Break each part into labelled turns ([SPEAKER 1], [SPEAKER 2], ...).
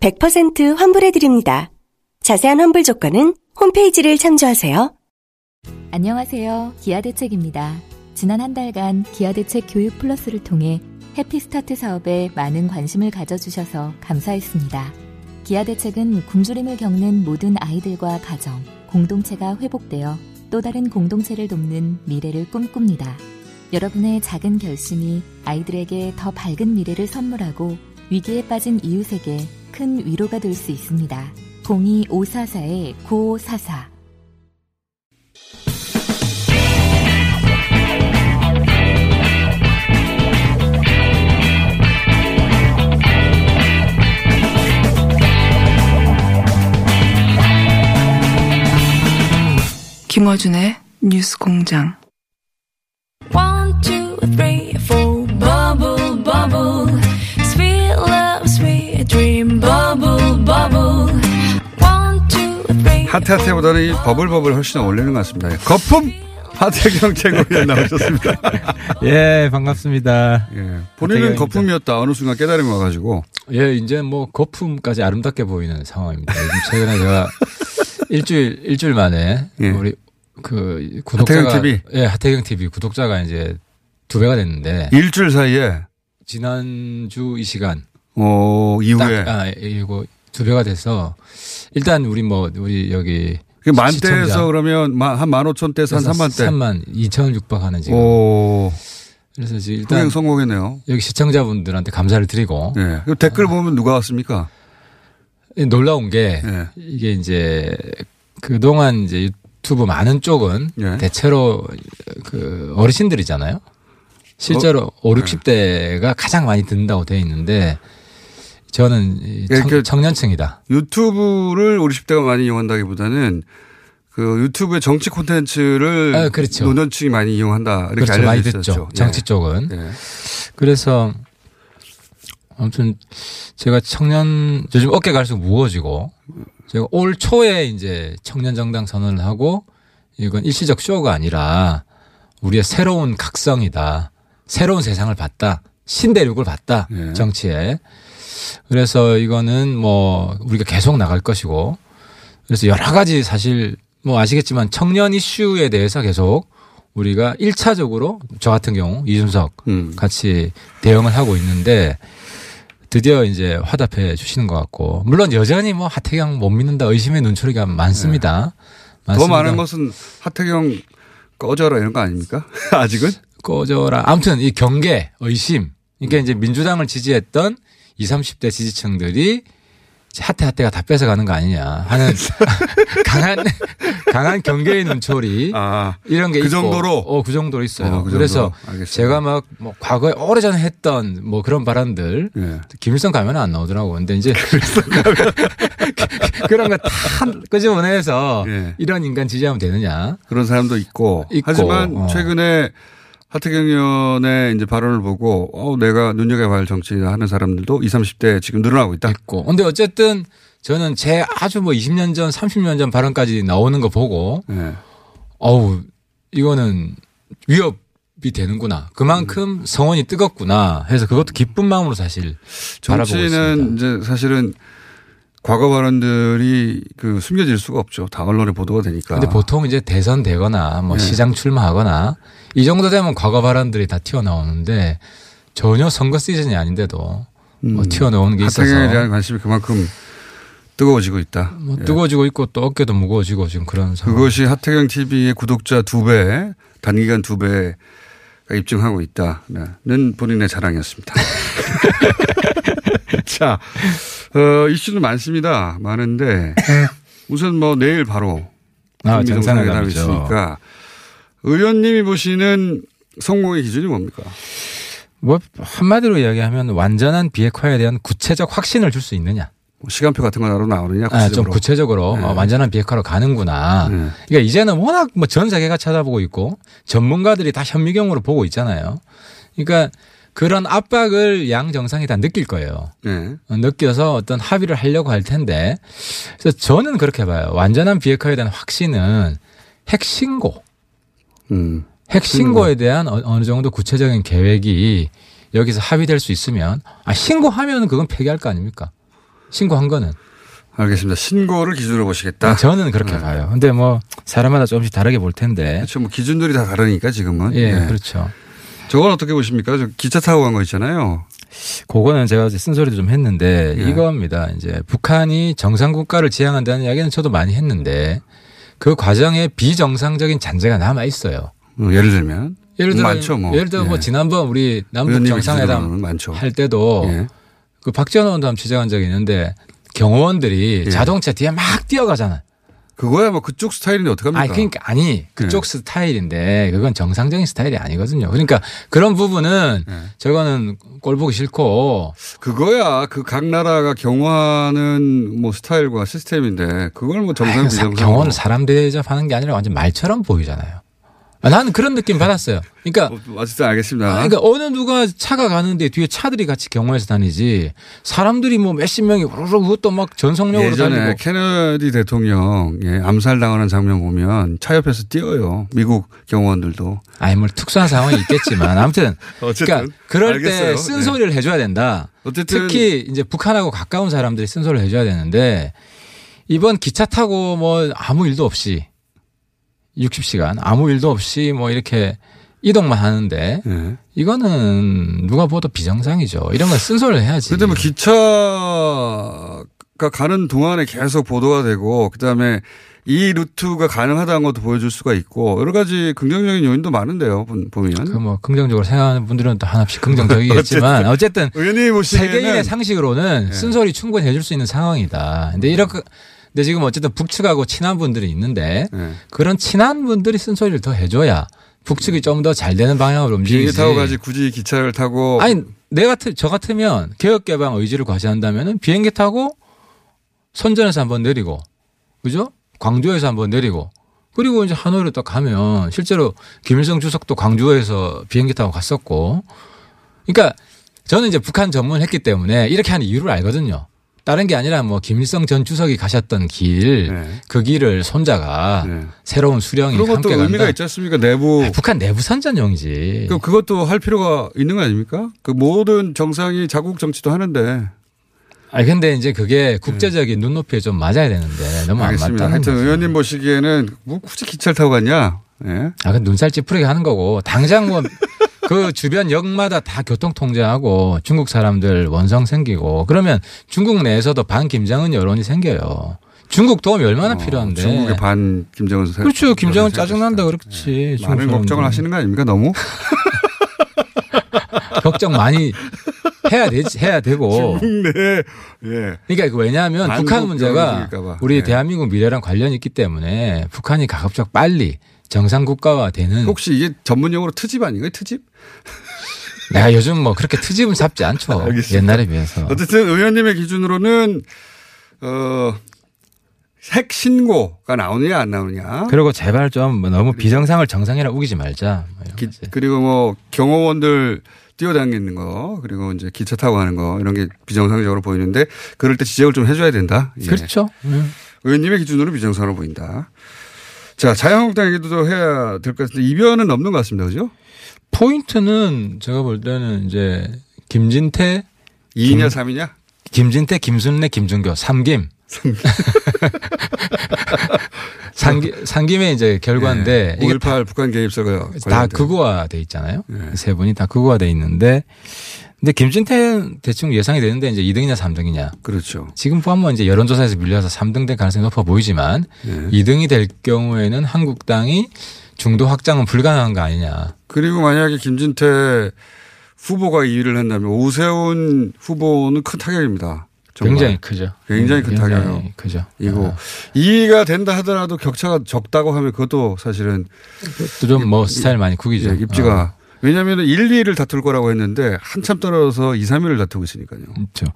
[SPEAKER 1] 100% 환불해드립니다. 자세한 환불 조건은 홈페이지를 참조하세요.
[SPEAKER 2] 안녕하세요. 기아대책입니다. 지난 한 달간 기아대책 교육 플러스를 통해 해피스타트 사업에 많은 관심을 가져주셔서 감사했습니다. 기아대책은 굶주림을 겪는 모든 아이들과 가정, 공동체가 회복되어 또 다른 공동체를 돕는 미래를 꿈꿉니다. 여러분의 작은 결심이 아이들에게 더 밝은 미래를 선물하고 위기에 빠진 이웃에게 큰 위로가 될 수 있습니다. 02544-9544
[SPEAKER 3] 김어준의 뉴스 공장.
[SPEAKER 4] One, two, three, four. Bubble, bubble. Sweet love, sweet dream. Bubble, bubble. One, two, three.
[SPEAKER 5] 하태하태보다는 이 버블버블 훨씬 어울리는 것 같습니다. 예, 거품! 하태경 최고위원 나오셨습니다.
[SPEAKER 6] 예, 반갑습니다.
[SPEAKER 5] 예. 본인은
[SPEAKER 6] 하태경입니다.
[SPEAKER 5] 거품이었다. 어느 순간 깨달음이 와가지고.
[SPEAKER 6] 예, 이제 뭐 거품까지 아름답게 보이는 상황입니다. 요즘 최근에 제가 일주일 일주일 만에
[SPEAKER 5] 예.
[SPEAKER 6] 우리 그 구독자가
[SPEAKER 5] 하태경 TV?
[SPEAKER 6] 예, 하태경 TV 구독자가 이제 두 배가 됐는데
[SPEAKER 5] 일주일 사이에,
[SPEAKER 6] 지난주 이 시간
[SPEAKER 5] 어,
[SPEAKER 6] 딱
[SPEAKER 5] 이후에.
[SPEAKER 6] 아, 이거 두 배가 돼서 일단 우리 뭐 우리 여기
[SPEAKER 5] 그 만대에서
[SPEAKER 6] 시청자.
[SPEAKER 5] 그러면 마- 한 15,000대에서 한 3만대.
[SPEAKER 6] 3만 2천을 육박하는 지금
[SPEAKER 5] 오,
[SPEAKER 6] 그래서 지금 일단
[SPEAKER 5] 흥행 성공했네요.
[SPEAKER 6] 여기 시청자분들한테 감사를 드리고
[SPEAKER 5] 예. 그
[SPEAKER 6] 아.
[SPEAKER 5] 댓글 보면 누가 왔습니까?
[SPEAKER 6] 놀라운 게
[SPEAKER 5] 예.
[SPEAKER 6] 이게 이제 그동안 이제 유튜브 많은 쪽은
[SPEAKER 5] 예.
[SPEAKER 6] 대체로 그 어르신들이잖아요.
[SPEAKER 5] 어,
[SPEAKER 6] 실제로 오, 5,
[SPEAKER 5] 네.
[SPEAKER 6] 60대가 가장 많이 듣는다고 돼 있는데 저는 이
[SPEAKER 5] 예, 그-
[SPEAKER 6] 청, 청년층이다.
[SPEAKER 5] 유튜브를 우리 10대가 많이 이용한다기보다는 그 유튜브의 정치 콘텐츠를
[SPEAKER 6] 아, 그렇죠.
[SPEAKER 5] 노년층이 많이 이용한다. 이렇게
[SPEAKER 6] 그렇죠. 많이
[SPEAKER 5] 알려져
[SPEAKER 6] 듣죠.
[SPEAKER 5] 있었죠.
[SPEAKER 6] 정치 쪽은.
[SPEAKER 5] 예. 예.
[SPEAKER 6] 그래서 아무튼 제가 청년 요즘 어깨가 갈수록 무거워지고 제가 올 초에 이제 청년 정당 선언을 하고 이건 일시적 쇼가 아니라 우리의 새로운 각성이다. 새로운 세상을 봤다. 신대륙을 봤다.
[SPEAKER 5] 예.
[SPEAKER 6] 정치에. 그래서 이거는 뭐 우리가 계속 나갈 것이고 그래서 여러 가지 사실 뭐 아시겠지만 청년 이슈에 대해서 계속 우리가 일차적으로저 같은 경우 이준석
[SPEAKER 5] 음.
[SPEAKER 6] 같이 대응을 하고 있는데 드디어 이제 화답해 주시는 것 같고 물론 여전히 뭐 하태경 못 믿는다 의심의 눈초리가 많습니다.
[SPEAKER 5] 네. 더
[SPEAKER 6] 많습니다.
[SPEAKER 5] 많은 것은 하태경 꺼져라 이런 거 아닙니까? 아직은?
[SPEAKER 6] 꺼져라. 아무튼 이 경계, 의심. 그러니까 이제 민주당을 지지했던 20, 30대 지지층들이 이제 하태 하태가 다 뺏어가는 거 아니냐 하는 강한 강한 경계의 눈초리
[SPEAKER 5] 아,
[SPEAKER 6] 이런 게
[SPEAKER 5] 그
[SPEAKER 6] 있고.
[SPEAKER 5] 정도로?
[SPEAKER 6] 어, 그 정도로 있어요.
[SPEAKER 5] 어, 그 정도로.
[SPEAKER 6] 그래서
[SPEAKER 5] 알겠습니다.
[SPEAKER 6] 제가 막 뭐 과거에 오래전에 했던 뭐 그런 발언들
[SPEAKER 5] 예.
[SPEAKER 6] 김일성 가면 안 나오더라고. 근데 이제 그런 거 다 끄집어내서
[SPEAKER 5] 예.
[SPEAKER 6] 이런 인간 지지하면 되느냐.
[SPEAKER 5] 그런 사람도 있고.
[SPEAKER 6] 있고,
[SPEAKER 5] 하지만
[SPEAKER 6] 어.
[SPEAKER 5] 최근에 하태경 의원의 이제 발언을 보고 어, 내가 눈여겨봐야 할 정치인이다 하는 사람들도 20, 30대 지금 늘어나고 있다.
[SPEAKER 6] 있고. 근데 어쨌든 저는 제 아주 뭐 20년 전, 30년 전 발언까지 나오는 거 보고
[SPEAKER 5] 예.
[SPEAKER 6] 어우 이거는 위협이 되는구나. 그만큼
[SPEAKER 5] 음.
[SPEAKER 6] 성원이 뜨겁구나. 해서 그것도 기쁜 마음으로 사실 바라보고
[SPEAKER 5] 정치는
[SPEAKER 6] 있습니다.
[SPEAKER 5] 이제 사실은 과거 발언들이 그 숨겨질 수가 없죠. 다 언론에 보도가 되니까.
[SPEAKER 6] 근데 보통 이제 대선 되거나 뭐
[SPEAKER 5] 예.
[SPEAKER 6] 시장 출마하거나 이 정도 되면 과거 발언들이 다 튀어나오는데 전혀 선거 시즌이 아닌데도
[SPEAKER 5] 음.
[SPEAKER 6] 뭐 튀어나오는 게 있어서
[SPEAKER 5] 하태경에 대한 관심이 그만큼 뜨거워지고 있다.
[SPEAKER 6] 뭐
[SPEAKER 5] 예.
[SPEAKER 6] 뜨거워지고 있고 또 어깨도 무거워지고 지금 그런 상황.
[SPEAKER 5] 그것이 하태경 TV의 구독자 두 배, 단기간 두 배가 입증하고 있다는 본인의 자랑이었습니다. 자, 어, 이슈는 많습니다. 많은데 우선 뭐 내일 바로
[SPEAKER 6] 네. 아,
[SPEAKER 5] 북미 정상회담이
[SPEAKER 6] 정상회담이죠.
[SPEAKER 5] 있으니까 의원님이 보시는 성공의 기준이 뭡니까?
[SPEAKER 6] 뭐 한마디로 이야기하면 완전한 비핵화에 대한 구체적 확신을 줄 수 있느냐.
[SPEAKER 5] 시간표 같은 거 나로 나오느냐
[SPEAKER 6] 아, 좀
[SPEAKER 5] 구체적으로.
[SPEAKER 6] 구체적으로
[SPEAKER 5] 네.
[SPEAKER 6] 어, 완전한 비핵화로 가는구나.
[SPEAKER 5] 네.
[SPEAKER 6] 그러니까 이제는 워낙 뭐 전 세계가 쳐다보고 있고 전문가들이 다 현미경으로 보고 있잖아요. 그러니까 그런 압박을 양 정상이 다 느낄 거예요.
[SPEAKER 5] 네.
[SPEAKER 6] 어, 느껴서 어떤 합의를 하려고 할 텐데. 그래서 저는 그렇게 봐요. 완전한 비핵화에 대한 확신은 핵신고,
[SPEAKER 5] 음.
[SPEAKER 6] 핵신고에 대한 어- 어느 정도 구체적인 계획이 여기서 합의될 수 있으면 아 신고하면 그건 폐기할 거 아닙니까? 신고한 거는.
[SPEAKER 5] 알겠습니다. 신고를 기준으로 보시겠다.
[SPEAKER 6] 네, 저는 그렇게 봐요. 근데 뭐 사람마다 조금씩 다르게 볼 텐데.
[SPEAKER 5] 그렇죠. 뭐 기준들이 다 다르니까 지금은.
[SPEAKER 6] 예,
[SPEAKER 5] 네.
[SPEAKER 6] 그렇죠.
[SPEAKER 5] 저건 어떻게 보십니까? 저 기차 타고 간 거 있잖아요.
[SPEAKER 6] 그거는 제가 어제 쓴소리도 좀 했는데
[SPEAKER 5] 예.
[SPEAKER 6] 이겁니다. 이제 북한이 정상 국가를 지향한다는 이야기는 저도 많이 했는데 그 과정에 비정상적인 잔재가 남아 있어요.
[SPEAKER 5] 어, 예를 들면
[SPEAKER 6] 예를 들어
[SPEAKER 5] 많죠, 뭐.
[SPEAKER 6] 예를 들어
[SPEAKER 5] 예.
[SPEAKER 6] 뭐 지난번 우리 남북
[SPEAKER 5] 의원님의
[SPEAKER 6] 정상회담
[SPEAKER 5] 기준으로는 많죠.
[SPEAKER 6] 할 때도
[SPEAKER 5] 예.
[SPEAKER 6] 그 박지원 의원도 취재한 적이 있는데 경호원들이
[SPEAKER 5] 예.
[SPEAKER 6] 자동차 뒤에 막 뛰어가잖아.
[SPEAKER 5] 그거야 뭐 그쪽 스타일인데 어떡합니까?
[SPEAKER 6] 아니 그러니까 아니 그쪽
[SPEAKER 5] 예.
[SPEAKER 6] 스타일인데 그건 정상적인 스타일이 아니거든요. 그러니까 그런 부분은
[SPEAKER 5] 예.
[SPEAKER 6] 저거는 꼴 보기 싫고
[SPEAKER 5] 그거야 그 각 나라가 경호하는 뭐 스타일과 시스템인데 그걸 뭐 정상
[SPEAKER 6] 아니, 사-
[SPEAKER 5] 비정상
[SPEAKER 6] 경호는 사람 대접하는 게 아니라 완전 말처럼 보이잖아요. 아, 나는 그런 느낌 받았어요. 그러니까
[SPEAKER 5] 어, 어쨌든 알겠습니다.
[SPEAKER 6] 아, 그러니까 어느 누가 차가 가는데 뒤에 차들이 같이 경호해서 다니지 사람들이 뭐 몇십 명이 우르르 그것도 막 전속력으로
[SPEAKER 5] 예전에 그
[SPEAKER 6] 달리고
[SPEAKER 5] 케네디 대통령 예, 암살 당하는 장면 보면 차 옆에서 뛰어요. 미국 경호원들도.
[SPEAKER 6] 아니 뭐 특수한 상황이 있겠지만 아무튼
[SPEAKER 5] 어쨌든
[SPEAKER 6] 그러니까 그럴
[SPEAKER 5] 알겠어요. 네.
[SPEAKER 6] 때 쓴소리를 해줘야 된다.
[SPEAKER 5] 어쨌든
[SPEAKER 6] 특히 이제 북한하고 가까운 사람들이 쓴소리를 해줘야 되는데 이번 기차 타고 뭐 아무 일도 없이 60시간 아무 일도 없이 뭐 이렇게 이동만 하는데
[SPEAKER 5] 예.
[SPEAKER 6] 이거는 누가 보도 비정상이죠. 이런 건 쓴소리를 해야지.
[SPEAKER 5] 근데 뭐 기차가 가는 동안에 계속 보도가 되고 그다음에 이 루트가 가능하다는 것도 보여줄 수가 있고 여러 가지 긍정적인 요인도 많은데요 보- 보면
[SPEAKER 6] 그 뭐 긍정적으로 생각하는 분들은 또 한없이 긍정적이겠지만 어쨌든
[SPEAKER 5] 의원님 보시기에는
[SPEAKER 6] 세계인의 상식으로는
[SPEAKER 5] 예.
[SPEAKER 6] 쓴소리 충분히 해줄 수 있는 상황이다. 근데 이렇게 근데 지금 어쨌든 북측하고 친한 분들이 있는데
[SPEAKER 5] 예.
[SPEAKER 6] 그런 친한 분들이 쓴소리를 더 해줘야 북측이 좀 더 잘 되는 방향으로
[SPEAKER 5] 비행기
[SPEAKER 6] 움직이지.
[SPEAKER 5] 타고 가지 굳이 기차를 타고
[SPEAKER 6] 예. 아니 내 같은 저 같으면 개혁 개방 의지를 과시한다면은 비행기 타고 선전에서 한번 내리고 그죠? 광주에서 한번 내리고 그리고 이제 하노이로 딱 가면 실제로 김일성 주석도 광주에서 비행기 타고 갔었고 그러니까 저는 이제 북한 전문했기 때문에 이렇게 하는 이유를 알거든요. 다른 게 아니라 뭐 김일성 전 주석이 가셨던 길,
[SPEAKER 5] 네.
[SPEAKER 6] 그 길을 손자가
[SPEAKER 5] 네.
[SPEAKER 6] 새로운 수령이
[SPEAKER 5] 그런 것도
[SPEAKER 6] 함께 간다. 예.
[SPEAKER 5] 의미가 있지 않습니까 내부
[SPEAKER 6] 아, 북한 내부 선전용이지.
[SPEAKER 5] 그 그것도 할 필요가 있는 거 아닙니까 그 모든 정상이 자국 정치도 하는데
[SPEAKER 6] 아니 근데 이제 그게 국제적인 눈높이에 좀 맞아야 되는데 너무 안
[SPEAKER 5] 음. 알겠습니다
[SPEAKER 6] 맞다는
[SPEAKER 5] 하여튼
[SPEAKER 6] 거죠.
[SPEAKER 5] 의원님 보시기에는 뭐 굳이 기차를 타고 갔냐 예.
[SPEAKER 6] 아, 그 눈살 찌푸리게 하는 거고 당장 뭐 그 주변 역마다 다 교통 통제하고 중국 사람들 원성 생기고 그러면 중국 내에서도 반 김정은 여론이 생겨요. 중국 도움이 얼마나
[SPEAKER 5] 어,
[SPEAKER 6] 필요한데.
[SPEAKER 5] 중국의 반 김정은 사-
[SPEAKER 6] 그렇죠. 김정은
[SPEAKER 5] 사람
[SPEAKER 6] 짜증난다 그렇지. 중국
[SPEAKER 5] 네. 많은
[SPEAKER 6] 사람들.
[SPEAKER 5] 걱정을 하시는 거 아닙니까 너무
[SPEAKER 6] 걱정 많이 해야 되지 해야 되고.
[SPEAKER 5] 네. 예.
[SPEAKER 6] 그러니까 그 왜냐하면
[SPEAKER 5] 한국
[SPEAKER 6] 북한 문제가
[SPEAKER 5] 영향을 줄일까 봐.
[SPEAKER 6] 우리
[SPEAKER 5] 네.
[SPEAKER 6] 대한민국 미래랑 관련이 있기 때문에 북한이 가급적 빨리 정상 국가화 되는
[SPEAKER 5] 혹시 이게 전문 용어로 트집 아닌가요? 트집?
[SPEAKER 6] 내가 요즘 뭐 그렇게 트집은 잡지 않죠.
[SPEAKER 5] 알겠습니다.
[SPEAKER 6] 옛날에 비해서.
[SPEAKER 5] 어쨌든 의원님의 기준으로는 어 핵신고가 나오느냐 안 나오느냐.
[SPEAKER 6] 그리고 제발 좀뭐 너무 비정상을 정상이라 우기지 말자. 뭐 이런
[SPEAKER 5] 기-
[SPEAKER 6] 거지.
[SPEAKER 5] 그리고 뭐 경호원들 뛰어다니는 거 그리고 이제 기차 타고 가는 거 이런 게 비정상적으로 보이는데 그럴 때 지적을 좀 해줘야 된다. 예.
[SPEAKER 6] 그렇죠. 음.
[SPEAKER 5] 의원님의 기준으로 비정상으로 보인다. 자 자유한국당 얘기도 더 해야 될 것 같은데 이변은 없는 것 같습니다. 그죠?
[SPEAKER 6] 포인트는 제가 볼 때는 이제 김진태,
[SPEAKER 5] 2냐 3이냐?
[SPEAKER 6] 김진태, 김순례, 김준교, 삼김. 삼김. 삼김의 이제 결과인데 이게
[SPEAKER 5] 5.18 네. 북한 개입설과
[SPEAKER 6] 다
[SPEAKER 5] 관련된. 예.
[SPEAKER 6] 극우화돼 있잖아요. 세 분이 다 극우화돼 있는데 근데 김진태 대충 예상이 되는데 이제 2등이냐 3등이냐.
[SPEAKER 5] 그렇죠.
[SPEAKER 6] 지금 포함한 이제 여론조사에서 밀려서 3등 될 가능성이 높아 보이지만
[SPEAKER 5] 예.
[SPEAKER 6] 2등이 될 경우에는 한국당이 중도 확장은 불가능한 거 아니냐.
[SPEAKER 5] 그리고 만약에 김진태 후보가 2위를 한다면 오세훈 후보는 큰 타격입니다. 정말.
[SPEAKER 6] 굉장히 크죠.
[SPEAKER 5] 굉장히 큰
[SPEAKER 6] 굉장히
[SPEAKER 5] 타격이에요.
[SPEAKER 6] 크죠. 아,
[SPEAKER 5] 이거 2위가 된다 하더라도 격차가 적다고 하면 그것도 사실은
[SPEAKER 6] 또 좀 뭐 스타일 많이 구기죠.
[SPEAKER 5] 이제 예, 입지가 왜냐하면 1, 2를 다툴 거라고 했는데 한참 떨어져서 2, 3위를 다투고 있으니까요.
[SPEAKER 6] 그렇죠.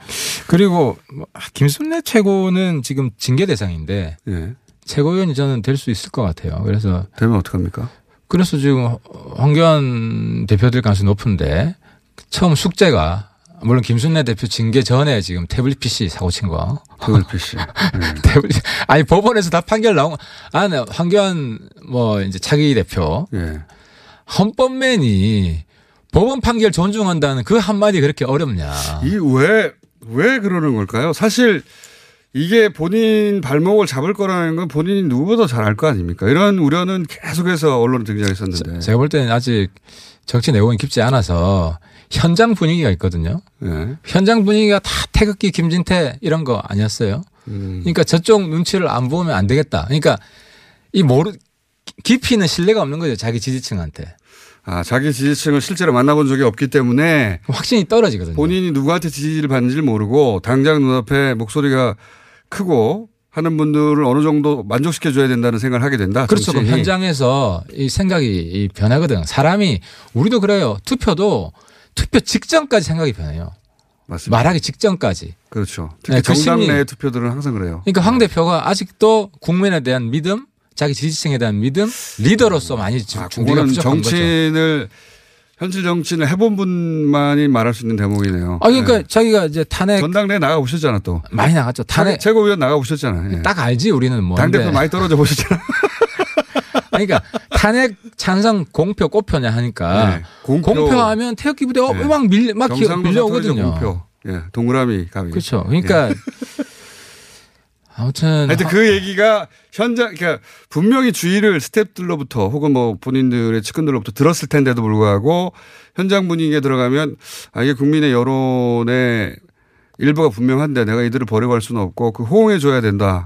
[SPEAKER 6] 그리고 뭐, 아, 김순례 최고는 지금 징계 대상인데
[SPEAKER 5] 예.
[SPEAKER 6] 최고위원이 저는 될 수 있을 것 같아요. 그래서
[SPEAKER 5] 되면 어떡합니까?
[SPEAKER 6] 그래서 지금 황교안 대표들 가능성이 높은데 처음 숙제가 물론 김순례 대표 징계 전에 지금 태블릿 PC 사고 친 거.
[SPEAKER 5] 그걸 PC.
[SPEAKER 6] 태블릿 아니 법원에서 다 판결 나온 거. 아, 네. 황교안 뭐 이제 차기 대표
[SPEAKER 5] 예. 예.
[SPEAKER 6] 헌법맨이 법원 판결 존중한다는 그 한마디 그렇게 어렵냐.
[SPEAKER 5] 이 왜 왜 그러는 걸까요? 사실 이게 본인 발목을 잡을 거라는 건 본인이 누구보다 잘 알 거 아닙니까? 이런 우려는 계속해서 언론에 등장했었는데.
[SPEAKER 6] 제가 볼 때는 아직 정치 내공이 깊지 않아서 현장 분위기가 있거든요.
[SPEAKER 5] 예.
[SPEAKER 6] 현장 분위기가 다 태극기 김진태 이런 거 아니었어요.
[SPEAKER 5] 음.
[SPEAKER 6] 그러니까 저쪽 눈치를 안 보면 안 되겠다. 그러니까 이 모르 깊이는 신뢰가 없는 거죠. 자기 지지층한테
[SPEAKER 5] 아, 자기 지지층을 실제로 만나본 적이 없기 때문에
[SPEAKER 6] 확신이 떨어지거든요.
[SPEAKER 5] 본인이 누구한테 지지를 받는지를 모르고 당장 눈앞에 목소리가 크고 하는 분들을 어느 정도 만족시켜줘야 된다는 생각을 하게 된다.
[SPEAKER 6] 그렇죠. 그럼
[SPEAKER 5] 정치인이.
[SPEAKER 6] 현장에서 이 생각이 이 변하거든. 사람이 우리도 그래요. 투표도 투표 직전까지 생각이 변해요.
[SPEAKER 5] 맞습니다.
[SPEAKER 6] 말하기 직전까지.
[SPEAKER 5] 그렇죠.
[SPEAKER 6] 네,
[SPEAKER 5] 특히
[SPEAKER 6] 그
[SPEAKER 5] 정당
[SPEAKER 6] 심리.
[SPEAKER 5] 내 투표들은 항상 그래요.
[SPEAKER 6] 그러니까 황 대표가 아직도 국민에 대한 믿음, 자기 지지층에 대한 믿음, 리더로서 많이 지금
[SPEAKER 5] 아,
[SPEAKER 6] 준비가
[SPEAKER 5] 그거는
[SPEAKER 6] 부족한 거죠.
[SPEAKER 5] 정치인을 현실 정치인을 해본 분만이 말할 수 있는 대목이네요.
[SPEAKER 6] 아 그러니까
[SPEAKER 5] 네.
[SPEAKER 6] 자기가 이제 탄핵
[SPEAKER 5] 전당대 나가 보셨잖아 또.
[SPEAKER 6] 많이 나갔죠. 탄핵
[SPEAKER 5] 최고위원 나가 보셨잖아. 요
[SPEAKER 6] 딱 알지 우리는 뭐.
[SPEAKER 5] 당 대표 많이 떨어져 보셨잖아.
[SPEAKER 6] 그러니까 탄핵 찬성 공표 꼽표냐 하니까
[SPEAKER 5] 네. 공표.
[SPEAKER 6] 공표하면 태극기 부대 어,
[SPEAKER 5] 네.
[SPEAKER 6] 막 밀려 막 기어-
[SPEAKER 5] 경상도 사투리죠,
[SPEAKER 6] 밀려오거든요.
[SPEAKER 5] 공표. 예, 동그라미 감이.
[SPEAKER 6] 그렇죠. 그러니까 아무튼
[SPEAKER 5] 하여튼
[SPEAKER 6] 하-
[SPEAKER 5] 그 얘기가 현장, 그러니까 분명히 주의를 스탭들로부터 혹은 뭐 본인들의 측근들로부터 들었을 텐데도 불구하고 현장 분위기에 들어가면 아, 이게 국민의 여론의 일부가 분명한데 내가 이들을 버리고 갈 수는 없고 그 호응해줘야 된다는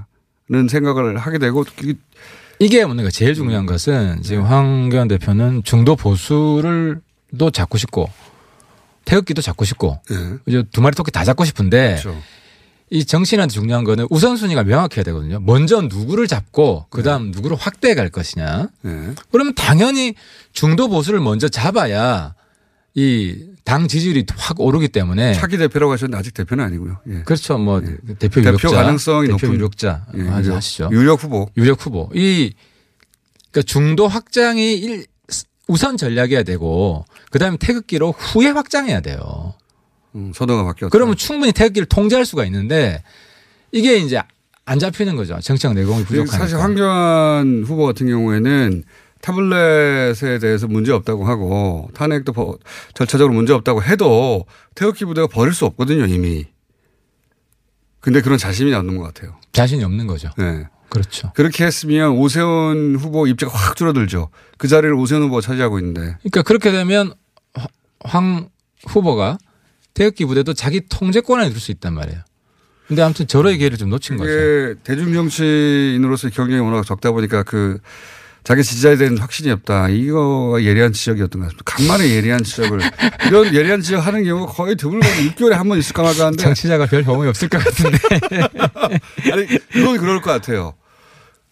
[SPEAKER 5] 생각을 하게 되고 그-
[SPEAKER 6] 이게 뭔가 제일
[SPEAKER 5] 음.
[SPEAKER 6] 중요한 것은
[SPEAKER 5] 네.
[SPEAKER 6] 지금 황교안 대표는 중도 보수를도 잡고 싶고 태극기도 잡고 싶고
[SPEAKER 5] 예.
[SPEAKER 6] 이제 두 마리 토끼 다 잡고 싶은데
[SPEAKER 5] 그렇죠.
[SPEAKER 6] 이 정치인한테 중요한 거는 우선순위가 명확해야 되거든요. 먼저 누구를 잡고
[SPEAKER 5] 네.
[SPEAKER 6] 그다음 누구를 확대해 갈 것이냐.
[SPEAKER 5] 예.
[SPEAKER 6] 그러면 당연히 중도 보수를 먼저 잡아야 이 당 지지율이 확 오르기 때문에
[SPEAKER 5] 차기 대표라고 하셨는데 아직 대표는 아니고요. 예.
[SPEAKER 6] 그렇죠. 뭐
[SPEAKER 5] 대표
[SPEAKER 6] 대표 유력자,
[SPEAKER 5] 가능성이
[SPEAKER 6] 대표
[SPEAKER 5] 높은-
[SPEAKER 6] 유력자
[SPEAKER 5] 예,
[SPEAKER 6] 아,
[SPEAKER 5] 유력-
[SPEAKER 6] 하시죠.
[SPEAKER 5] 유력 후보.
[SPEAKER 6] 유력 후보. 이 그러니까 중도 확장이 일, 우선 전략이어야 되고 그다음에 태극기로 후에 확장해야 돼요.
[SPEAKER 5] 음, 선호가 바뀌었다.
[SPEAKER 6] 그러면 충분히 태극기를 통제할 수가 있는데 이게 이제 안 잡히는 거죠. 정치적 내공이 부족하니까.
[SPEAKER 5] 사실 황교안 후보 같은 경우에는 타블렛에 대해서 문제 없다고 하고 탄핵도 버- 절차적으로 문제 없다고 해도 태극기 부대가 버릴 수 없거든요 이미. 근데 그런 자신이 없는 것 같아요.
[SPEAKER 6] 자신이 없는 거죠.
[SPEAKER 5] 예.
[SPEAKER 6] 그렇죠.
[SPEAKER 5] 그렇게 했으면 오세훈 후보 입지가 확 줄어들죠. 그 자리를 오세훈 후보가 차지하고 있는데.
[SPEAKER 6] 그러니까 그렇게 되면 화- 황 후보가 태극기 부대도 자기 통제권 안에 둘 수 있단 말이에요. 근데 아무튼 저러의 기회를 좀 놓친 거죠.
[SPEAKER 5] 이게 대중정치인으로서의 예, 경력이 워낙 적다 보니까 그 자기 지지자에 대한 확신이 없다. 이거가 예리한 지적이었던 것 같습니다. 간만에 예리한 지적을. 이런 예리한 지적 하는 경우가 거의 드물고 6개월에 한 번 있을까 말까 하는데
[SPEAKER 6] 정치자가 별 경험이 없을 것 같은데.
[SPEAKER 5] 아니, 그건 그럴 것 같아요.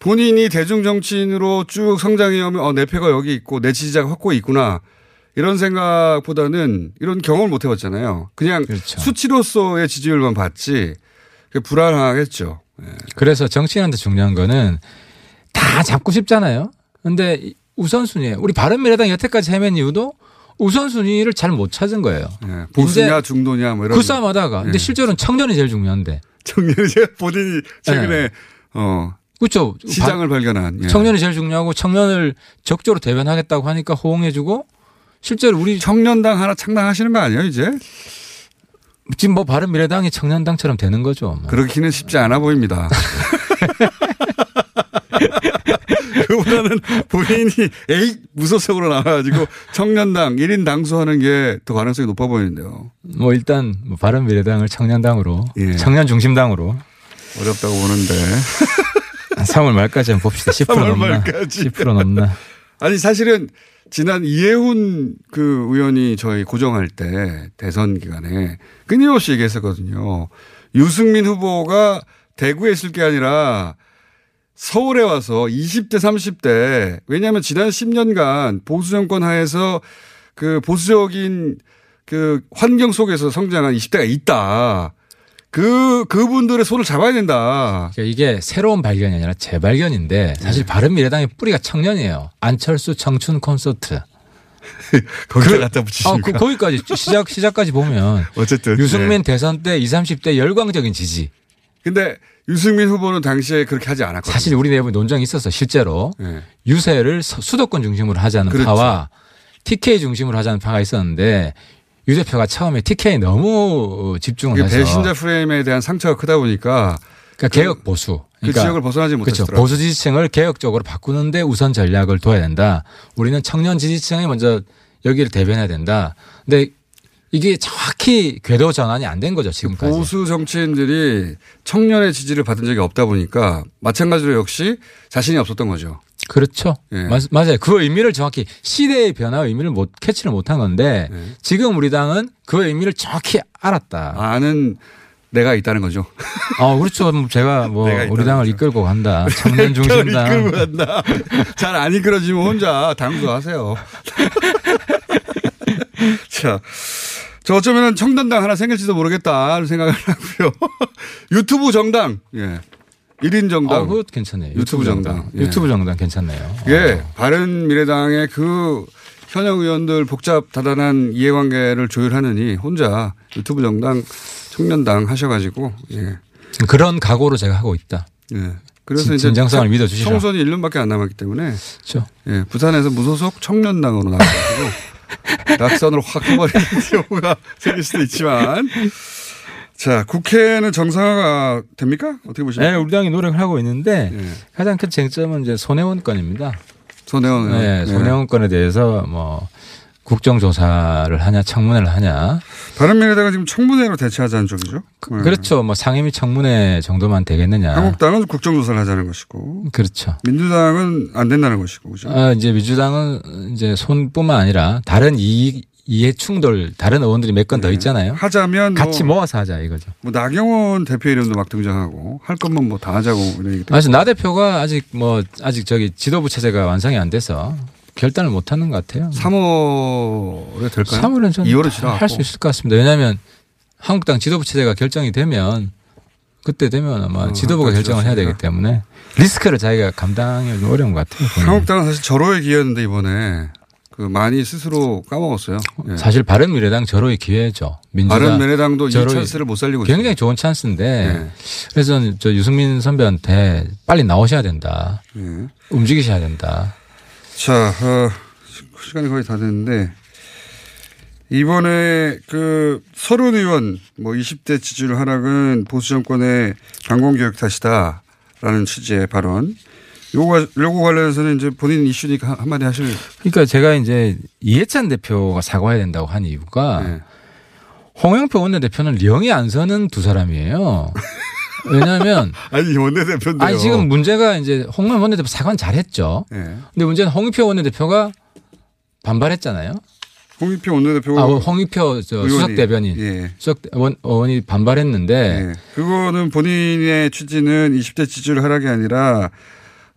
[SPEAKER 5] 본인이 대중정치인으로 쭉 성장해오면 어, 내 패가 여기 있고 내 지지자가 확고히 있구나. 이런 생각보다는 이런 경험을 못 해봤잖아요. 그냥
[SPEAKER 6] 그렇죠.
[SPEAKER 5] 수치로서의 지지율만 봤지 그게 불안하겠죠.
[SPEAKER 6] 그래서 정치인한테 중요한 거는 다 잡고 싶잖아요. 근데 이- 우선순위에 우리 바른미래당 여태까지 헤맨 이유도 우선순위를 잘 못 찾은 거예요.
[SPEAKER 5] 예, 보수냐 중도냐 뭐 이런.
[SPEAKER 6] 그 싸움하다가 근데
[SPEAKER 5] 예.
[SPEAKER 6] 실제로는 청년이 제일 중요한데
[SPEAKER 5] 청년이 본인이 최근에 어,
[SPEAKER 6] 그렇죠.
[SPEAKER 5] 시장을 발견한 예.
[SPEAKER 6] 예. 청년이 제일 중요하고 청년을 적절히 대변하겠다고 하니까 호응해주고 실제로 우리
[SPEAKER 5] 청년당 하나 창당하시는 거 아니에요 이제?
[SPEAKER 6] 지금 뭐 바른 미래당이 청년당처럼 되는 거죠. 뭐.
[SPEAKER 5] 그러기는 쉽지 않아 보입니다. 그보다는 본인이 에이 무소속으로 나와가지고 청년당 1인 당수하는 게 더 가능성이 높아 보이는데요.
[SPEAKER 6] 뭐 일단 뭐 바른 미래당을 청년당으로
[SPEAKER 5] 예.
[SPEAKER 6] 청년 중심당으로
[SPEAKER 5] 어렵다고 보는데
[SPEAKER 6] 3월 말까지 한번 봅시다. 10%
[SPEAKER 5] 3월
[SPEAKER 6] 넘나.
[SPEAKER 5] 말까지.
[SPEAKER 6] 10% 넘나.
[SPEAKER 5] 아니 사실은 지난 이해훈 그 의원이 저희 고정할 때 대선 기간에 끊임없이 얘기했었거든요. 유승민 후보가 대구에 있을 게 아니라 서울에 와서 20대 30대 왜냐하면 지난 10년간 보수 정권 하에서 그 보수적인 그 환경 속에서 성장한 20대가 있다. 그 그분들의 손을 잡아야 된다.
[SPEAKER 6] 그러니까 이게 새로운 발견이 아니라 재발견인데
[SPEAKER 5] 예.
[SPEAKER 6] 사실 바른미래당의 뿌리가 청년이에요. 안철수 청춘 콘서트.
[SPEAKER 5] 거기다 갖다 붙이시니까.
[SPEAKER 6] 아, 그, 거기까지 시작 시작까지 보면
[SPEAKER 5] 그러니까. 어쨌든
[SPEAKER 6] 유승민
[SPEAKER 5] 네.
[SPEAKER 6] 대선 때 20, 30대 열광적인 지지.
[SPEAKER 5] 근데 유승민 후보는 당시에 그렇게 하지 않았거든요.
[SPEAKER 6] 사실 우리 내부 논쟁이 있었어 실제로
[SPEAKER 5] 네.
[SPEAKER 6] 유세를 서- 수도권 중심으로 하자는
[SPEAKER 5] 그렇죠.
[SPEAKER 6] 파와 TK 중심으로 하자는 파가 있었는데 유 대표가 처음에 TK 너무 집중을
[SPEAKER 5] 이게
[SPEAKER 6] 해서
[SPEAKER 5] 배신자 프레임에 대한 상처가 크다 보니까
[SPEAKER 6] 어. 그러니까 개혁 보수
[SPEAKER 5] 그 지역을 벗어나지
[SPEAKER 6] 그렇죠.
[SPEAKER 5] 못했더라.
[SPEAKER 6] 보수 지지층을 개혁적으로 바꾸는데 우선 전략을 둬야 된다. 우리는 청년 지지층이 먼저 여기를 대변해야 된다. 근데 이게 정확히 궤도 전환이 안 된 거죠 지금까지.
[SPEAKER 5] 그 보수 정치인들이 청년의 지지를 받은 적이 없다 보니까 마찬가지로 역시 자신이 없었던 거죠.
[SPEAKER 6] 그렇죠.
[SPEAKER 5] 예.
[SPEAKER 6] 맞, 맞아요. 그 의미를 정확히 시대의 변화 의미를 못 캐치를 못한 건데 지금 우리 당은 그 의미를 정확히 알았다.
[SPEAKER 5] 예. 아는 내가 있다는 거죠.
[SPEAKER 6] 어, 그렇죠. 뭐 제가 뭐
[SPEAKER 5] 내가 있다는
[SPEAKER 6] 우리 당을
[SPEAKER 5] 거죠.
[SPEAKER 6] 이끌고 간다. 청년
[SPEAKER 5] 이끌고
[SPEAKER 6] 중심당.
[SPEAKER 5] 간다. 잘 안 이끌어지면 혼자 당구하세요. 자, 저 어쩌면 청년당 하나 생길지도 모르겠다 는 생각을 하고요. 유튜브 정당, 예, 1인 정당.
[SPEAKER 6] 아, 그것 괜찮네요.
[SPEAKER 5] 유튜브 정당. 예.
[SPEAKER 6] 유튜브 정당 괜찮네요.
[SPEAKER 5] 예, 바른 미래당의 그 현역 의원들 복잡 다단한 이해관계를 조율하느니 혼자 유튜브 정당 청년당 하셔가지고 예,
[SPEAKER 6] 그런 각오로 제가 하고 있다.
[SPEAKER 5] 예. 그래서
[SPEAKER 6] 진-
[SPEAKER 5] 이제
[SPEAKER 6] 진정성을
[SPEAKER 5] 청-
[SPEAKER 6] 믿어주시라.
[SPEAKER 5] 총선이 1년밖에 안 남았기 때문에
[SPEAKER 6] 그렇죠.
[SPEAKER 5] 예, 부산에서 무소속 청년당으로 나가지고 낙선을 확 해버리는 경우가 생길 수도 있지만 자 국회는 정상화가 됩니까? 어떻게 보십니까?
[SPEAKER 6] 네, 우리 당이 노력을 하고 있는데
[SPEAKER 5] 그렇죠. 예.
[SPEAKER 6] 가장 큰 쟁점은 이제 손해원 건입니다.
[SPEAKER 5] 손혜원 의원.
[SPEAKER 6] 네,
[SPEAKER 5] 예.
[SPEAKER 6] 손해원 건에 대해서 뭐 국정조사를 하냐, 청문회를 하냐.
[SPEAKER 5] 바른미래당은 지금 청문회로 대체하자는 쪽이죠.
[SPEAKER 6] 그-
[SPEAKER 5] 예.
[SPEAKER 6] 그렇죠. 뭐 상임위 청문회 정도만 되겠느냐.
[SPEAKER 5] 네. 한국당은 국정조사를 하자는 것이고
[SPEAKER 6] 그렇죠.
[SPEAKER 5] 민주당은 안 된다는 것이고 그죠?
[SPEAKER 6] 아, 이제 민주당은 이제 손뿐만 아니라 다른 이, 이해 충돌, 다른 의원들이 몇 건
[SPEAKER 5] 예.
[SPEAKER 6] 더 있잖아요.
[SPEAKER 5] 하자면
[SPEAKER 6] 같이
[SPEAKER 5] 뭐,
[SPEAKER 6] 모아서 하자 이거죠.
[SPEAKER 5] 뭐 나경원 대표 이름도 막 등장하고 할 것만 뭐 다 하자고 이런 얘기.
[SPEAKER 6] 사실 나 대표가 아직 뭐 아직 저기 지도부 체제가 완성이 안 돼서 결단을 못 하는 것 같아요.
[SPEAKER 5] 3월에 될까요?
[SPEAKER 6] 3월은 저는
[SPEAKER 5] 2월에
[SPEAKER 6] 할 수
[SPEAKER 5] 지나갔고.
[SPEAKER 6] 있을 것 같습니다. 왜냐하면 한국당 지도부 체제가 결정이 되면 그때 되면 아마
[SPEAKER 5] 어,
[SPEAKER 6] 지도부가
[SPEAKER 5] 한국당
[SPEAKER 6] 결정을 해야 되기
[SPEAKER 5] 지도부니까.
[SPEAKER 6] 때문에 리스크를 자기가 감당하기 좀 어려운 것 같아요. 본인은.
[SPEAKER 5] 한국당은 사실 절호의 기회였는데 이번에 그 많이 스스로 까먹었어요. 예.
[SPEAKER 6] 사실 바른미래당 절호의 기회죠. 민주당
[SPEAKER 5] 바른미래당도 이
[SPEAKER 6] 절호의-
[SPEAKER 5] 찬스를 못 살리고 있어요.
[SPEAKER 6] 굉장히 좋은 찬스인데
[SPEAKER 5] 예.
[SPEAKER 6] 그래서 저 유승민 선배한테 빨리 나오셔야 된다.
[SPEAKER 5] 예.
[SPEAKER 6] 움직이셔야 된다.
[SPEAKER 5] 자, 어, 시- 시간이 거의 다 됐는데 이번에 그 서른 의원 뭐 20대 지지율 하락은 보수 정권의 방공 교육 탓이다라는 취지의 발언. 요거 요거 관련해서는 이제 본인 이슈니까 한- 한마디 하실.
[SPEAKER 6] 그러니까 제가 이제 이해찬 대표가 사과해야 된다고 한 이유가
[SPEAKER 5] 예.
[SPEAKER 6] 홍영표 원내대표는 령이 안 서는 두 사람이에요. 왜냐하면
[SPEAKER 5] 아니 원내대표인데요.
[SPEAKER 6] 아니 지금 문제가 이제 홍만 원내대표 사과는 잘했죠.
[SPEAKER 5] 예.
[SPEAKER 6] 근데 문제는 홍익표 원내대표가 반발했잖아요.
[SPEAKER 5] 홍익표 원내대표.
[SPEAKER 6] 아, 홍익표 저
[SPEAKER 5] 그 의원이-
[SPEAKER 6] 수석 대변인
[SPEAKER 5] 예.
[SPEAKER 6] 수석 원, 의원이 반발했는데
[SPEAKER 5] 예. 그거는 본인의 취지는 20대 지지율 하락이 아니라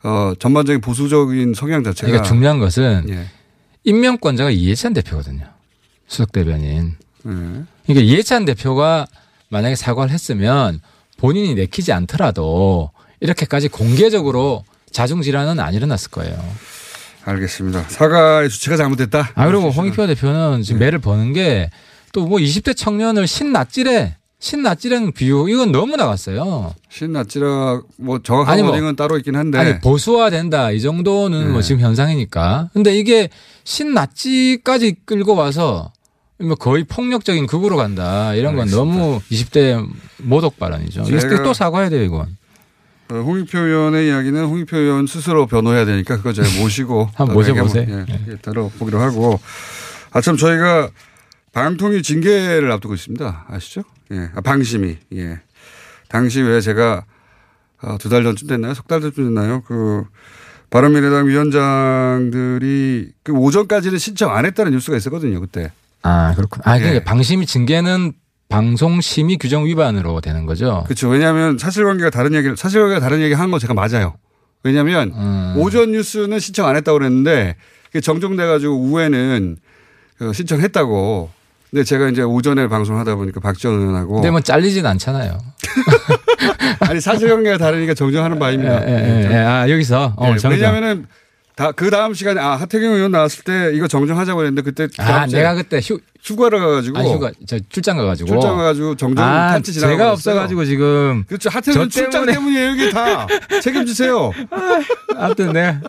[SPEAKER 5] 어 전반적인 보수적인 성향 자체가.
[SPEAKER 6] 그러니까 중요한 것은
[SPEAKER 5] 예.
[SPEAKER 6] 임명권자가 이해찬 대표거든요. 수석 대변인.
[SPEAKER 5] 예.
[SPEAKER 6] 그러니까 이해찬 대표가 만약에 사과를 했으면 본인이 내키지 않더라도 이렇게까지 공개적으로 자중 질환은 안 일어났을 거예요.
[SPEAKER 5] 알겠습니다. 사과의 주체가 잘못됐다.
[SPEAKER 6] 아 그리고 홍익표 대표는 지금 매를 버는 게 또 뭐 20대 청년을 신낯질에 신낯질행 비유 이건 너무 나갔어요.
[SPEAKER 5] 신나치라 뭐 정확한
[SPEAKER 6] 아니, 뭐-
[SPEAKER 5] 워딩은 따로 있긴 한데
[SPEAKER 6] 아니 보수화된다 이 정도는 뭐
[SPEAKER 5] 네.
[SPEAKER 6] 지금 현상이니까. 근데 이게 신나치까지 끌고 와서 뭐 거의 폭력적인 극으로 간다 이런 건
[SPEAKER 5] 알겠습니다.
[SPEAKER 6] 너무 20대 모독 발언이죠.
[SPEAKER 5] 제가-
[SPEAKER 6] 이거 또 사과해야 돼요 이건.
[SPEAKER 5] 어, 홍익표 의원의 이야기는 홍익표 의원 스스로 변호해야 되니까 그거 제가 모시고
[SPEAKER 6] 한번 모셔보세요. 네.
[SPEAKER 5] 예, 예, 들어보기로 하고 아참 저희가 방통위 징계를 앞두고 있습니다. 아시죠? 예, 아, 방심이 예. 당시 왜 제가 어, 두 달 전쯤 됐나요? 석 달 전쯤 됐나요? 그 바른미래당 위원장들이 그 오전까지는 신청 안 했다는 뉴스가 있었거든요. 그때
[SPEAKER 6] 아 그렇군. 아 그러니까
[SPEAKER 5] 예.
[SPEAKER 6] 방심이 징계는 방송 심의 규정 위반으로 되는 거죠.
[SPEAKER 5] 그렇죠. 왜냐하면 사실관계가 다른 얘기를 사실관계가 다른 얘기 한 거 제가 맞아요. 왜냐하면
[SPEAKER 6] 음.
[SPEAKER 5] 오전 뉴스는 신청 안 했다고 그랬는데 그게 정정돼가지고 우에는 어, 신청했다고. 근데 제가 이제 오전에 방송을 하다 보니까 박지원 의원하고
[SPEAKER 6] 근데 뭐 잘리진 않잖아요.
[SPEAKER 5] 아니 사실 관계가 다르니까 정정하는 바입니다.
[SPEAKER 6] 예, 예, 예. 아, 여기서. 어,
[SPEAKER 5] 네,
[SPEAKER 6] 정정.
[SPEAKER 5] 왜냐면은 다 그 다음 시간에 아 하태경 의원 나왔을 때 이거 정정하자고 했는데 그때 그
[SPEAKER 6] 아,
[SPEAKER 5] 다음 주에
[SPEAKER 6] 내가 그때 휴,
[SPEAKER 5] 휴가를 가가지고
[SPEAKER 6] 아, 휴가, 저 출장 가가지고.
[SPEAKER 5] 출장 가가지고 정정
[SPEAKER 6] 아,
[SPEAKER 5] 탄치 지나가
[SPEAKER 6] 제가 없어가지고 지금.
[SPEAKER 5] 그렇죠 하태경
[SPEAKER 6] 저
[SPEAKER 5] 출장 때문이에요 이게 다 책임지세요.
[SPEAKER 6] 아무튼 네.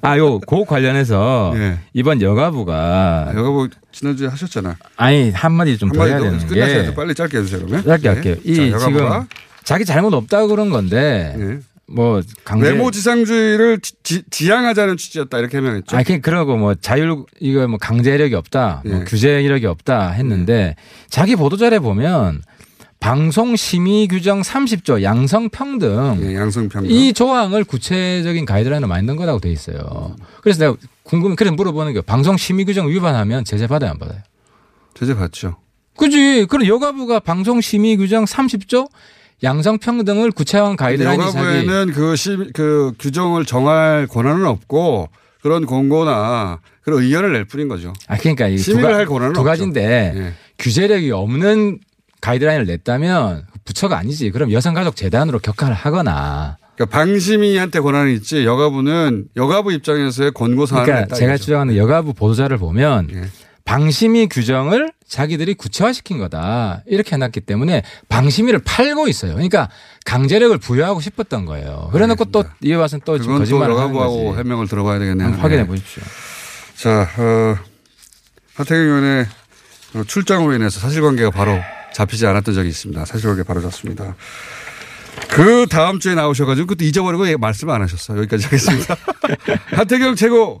[SPEAKER 6] 아, 요, 곡 관련해서.
[SPEAKER 5] 예.
[SPEAKER 6] 이번 여가부가.
[SPEAKER 5] 아, 여가부 뭐 지난주에 하셨잖아.
[SPEAKER 6] 아니, 아, 한마디 좀 더
[SPEAKER 5] 한마디
[SPEAKER 6] 해야 예.
[SPEAKER 5] 더
[SPEAKER 6] 되는 게.
[SPEAKER 5] 끝나셔야 돼. 빨리 짧게 해주세요 그러면.
[SPEAKER 6] 네, 예. 짧게
[SPEAKER 5] 네.
[SPEAKER 6] 할게요.
[SPEAKER 5] 자,
[SPEAKER 6] 이
[SPEAKER 5] 여가부가.
[SPEAKER 6] 지금 자기 잘못 없다고 그런 건데
[SPEAKER 5] 네.
[SPEAKER 6] 뭐 강제
[SPEAKER 5] 외모 지상주의를 지, 향하자는 취지였다 이렇게 해명했죠.
[SPEAKER 6] 아 그냥 그러고 뭐 자율 이거 뭐 강제력이 없다, 뭐
[SPEAKER 5] 예.
[SPEAKER 6] 규제력이 없다 했는데 자기 보도 자료 보면 방송 심의 규정 30조 양성 평등
[SPEAKER 5] 예, 양성평등.
[SPEAKER 6] 이 조항을 구체적인 가이드라인을 만든 거라고 돼 있어요. 그래서 내가 궁금해 그래 물어보는 게 방송 심의 규정 위반하면 제재 받아요 안 받아요?
[SPEAKER 5] 제재 받죠.
[SPEAKER 6] 그지. 그럼 여가부가 방송 심의 규정 30조 양성 평등을 구체화한 가이드라인이 자기
[SPEAKER 5] 여가부에는 그, 시, 그 규정을 정할 권한은 없고 그런 공고나 그런 의견을 낼 뿐인 거죠.
[SPEAKER 6] 아 그러니까 이두
[SPEAKER 5] 시민을
[SPEAKER 6] 가-
[SPEAKER 5] 할 권한은
[SPEAKER 6] 두
[SPEAKER 5] 없죠.
[SPEAKER 6] 가지인데
[SPEAKER 5] 예.
[SPEAKER 6] 규제력이 없는 가이드라인을 냈다면 부처가 아니지. 그럼 여성가족재단으로 격하를 하거나.
[SPEAKER 5] 그러니까 방심이한테 권한이 있지 여가부는 여가부 입장에서의 권고 사안을
[SPEAKER 6] 그러니까
[SPEAKER 5] 냈다
[SPEAKER 6] 제가
[SPEAKER 5] 이거죠.
[SPEAKER 6] 주장하는 여가부 보도자를 보면
[SPEAKER 5] 예.
[SPEAKER 6] 방심위 규정을 자기들이 구체화시킨 거다 이렇게 해놨기 때문에 방심위를 팔고 있어요. 그러니까 강제력을 부여하고 싶었던 거예요. 그래놓고 또 이에 와서는 또 지금
[SPEAKER 5] 그건 또
[SPEAKER 6] 거짓말을 하는 거지.
[SPEAKER 5] 여가부하고 해명을 들어봐야 되겠네요.
[SPEAKER 6] 한번 확인해
[SPEAKER 5] 예.
[SPEAKER 6] 보십시오.
[SPEAKER 5] 자, 어, 하태경 의원의 출장으로 인해서 사실관계가 바로 잡히지 않았던 적이 있습니다. 사실관계 바로 잡습니다. 그 다음 주에 나오셔가지고 그때 잊어버리고 예, 말씀 안 하셨어. 여기까지 하겠습니다. 하태경 최고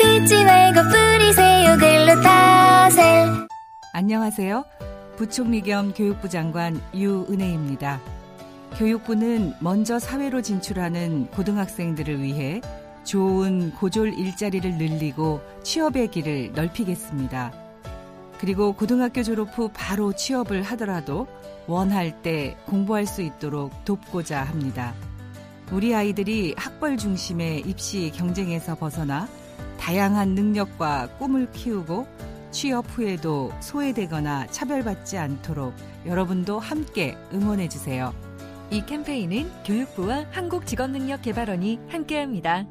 [SPEAKER 4] 긁지 말고 뿌리세요 글루타셀
[SPEAKER 7] 안녕하세요. 부총리 겸 교육부 장관 유은혜입니다. 교육부는 먼저 사회로 진출하는 고등학생들을 위해 좋은 고졸 일자리를 늘리고 취업의 길을 넓히겠습니다. 그리고 고등학교 졸업 후 바로 취업을 하더라도 원할 때 공부할 수 있도록 돕고자 합니다. 우리 아이들이 학벌 중심의 입시 경쟁에서 벗어나 다양한 능력과 꿈을 키우고 취업 후에도 소외되거나 차별받지 않도록 여러분도 함께 응원해 주세요.
[SPEAKER 8] 이 캠페인은 교육부와 한국직업능력개발원이 함께합니다.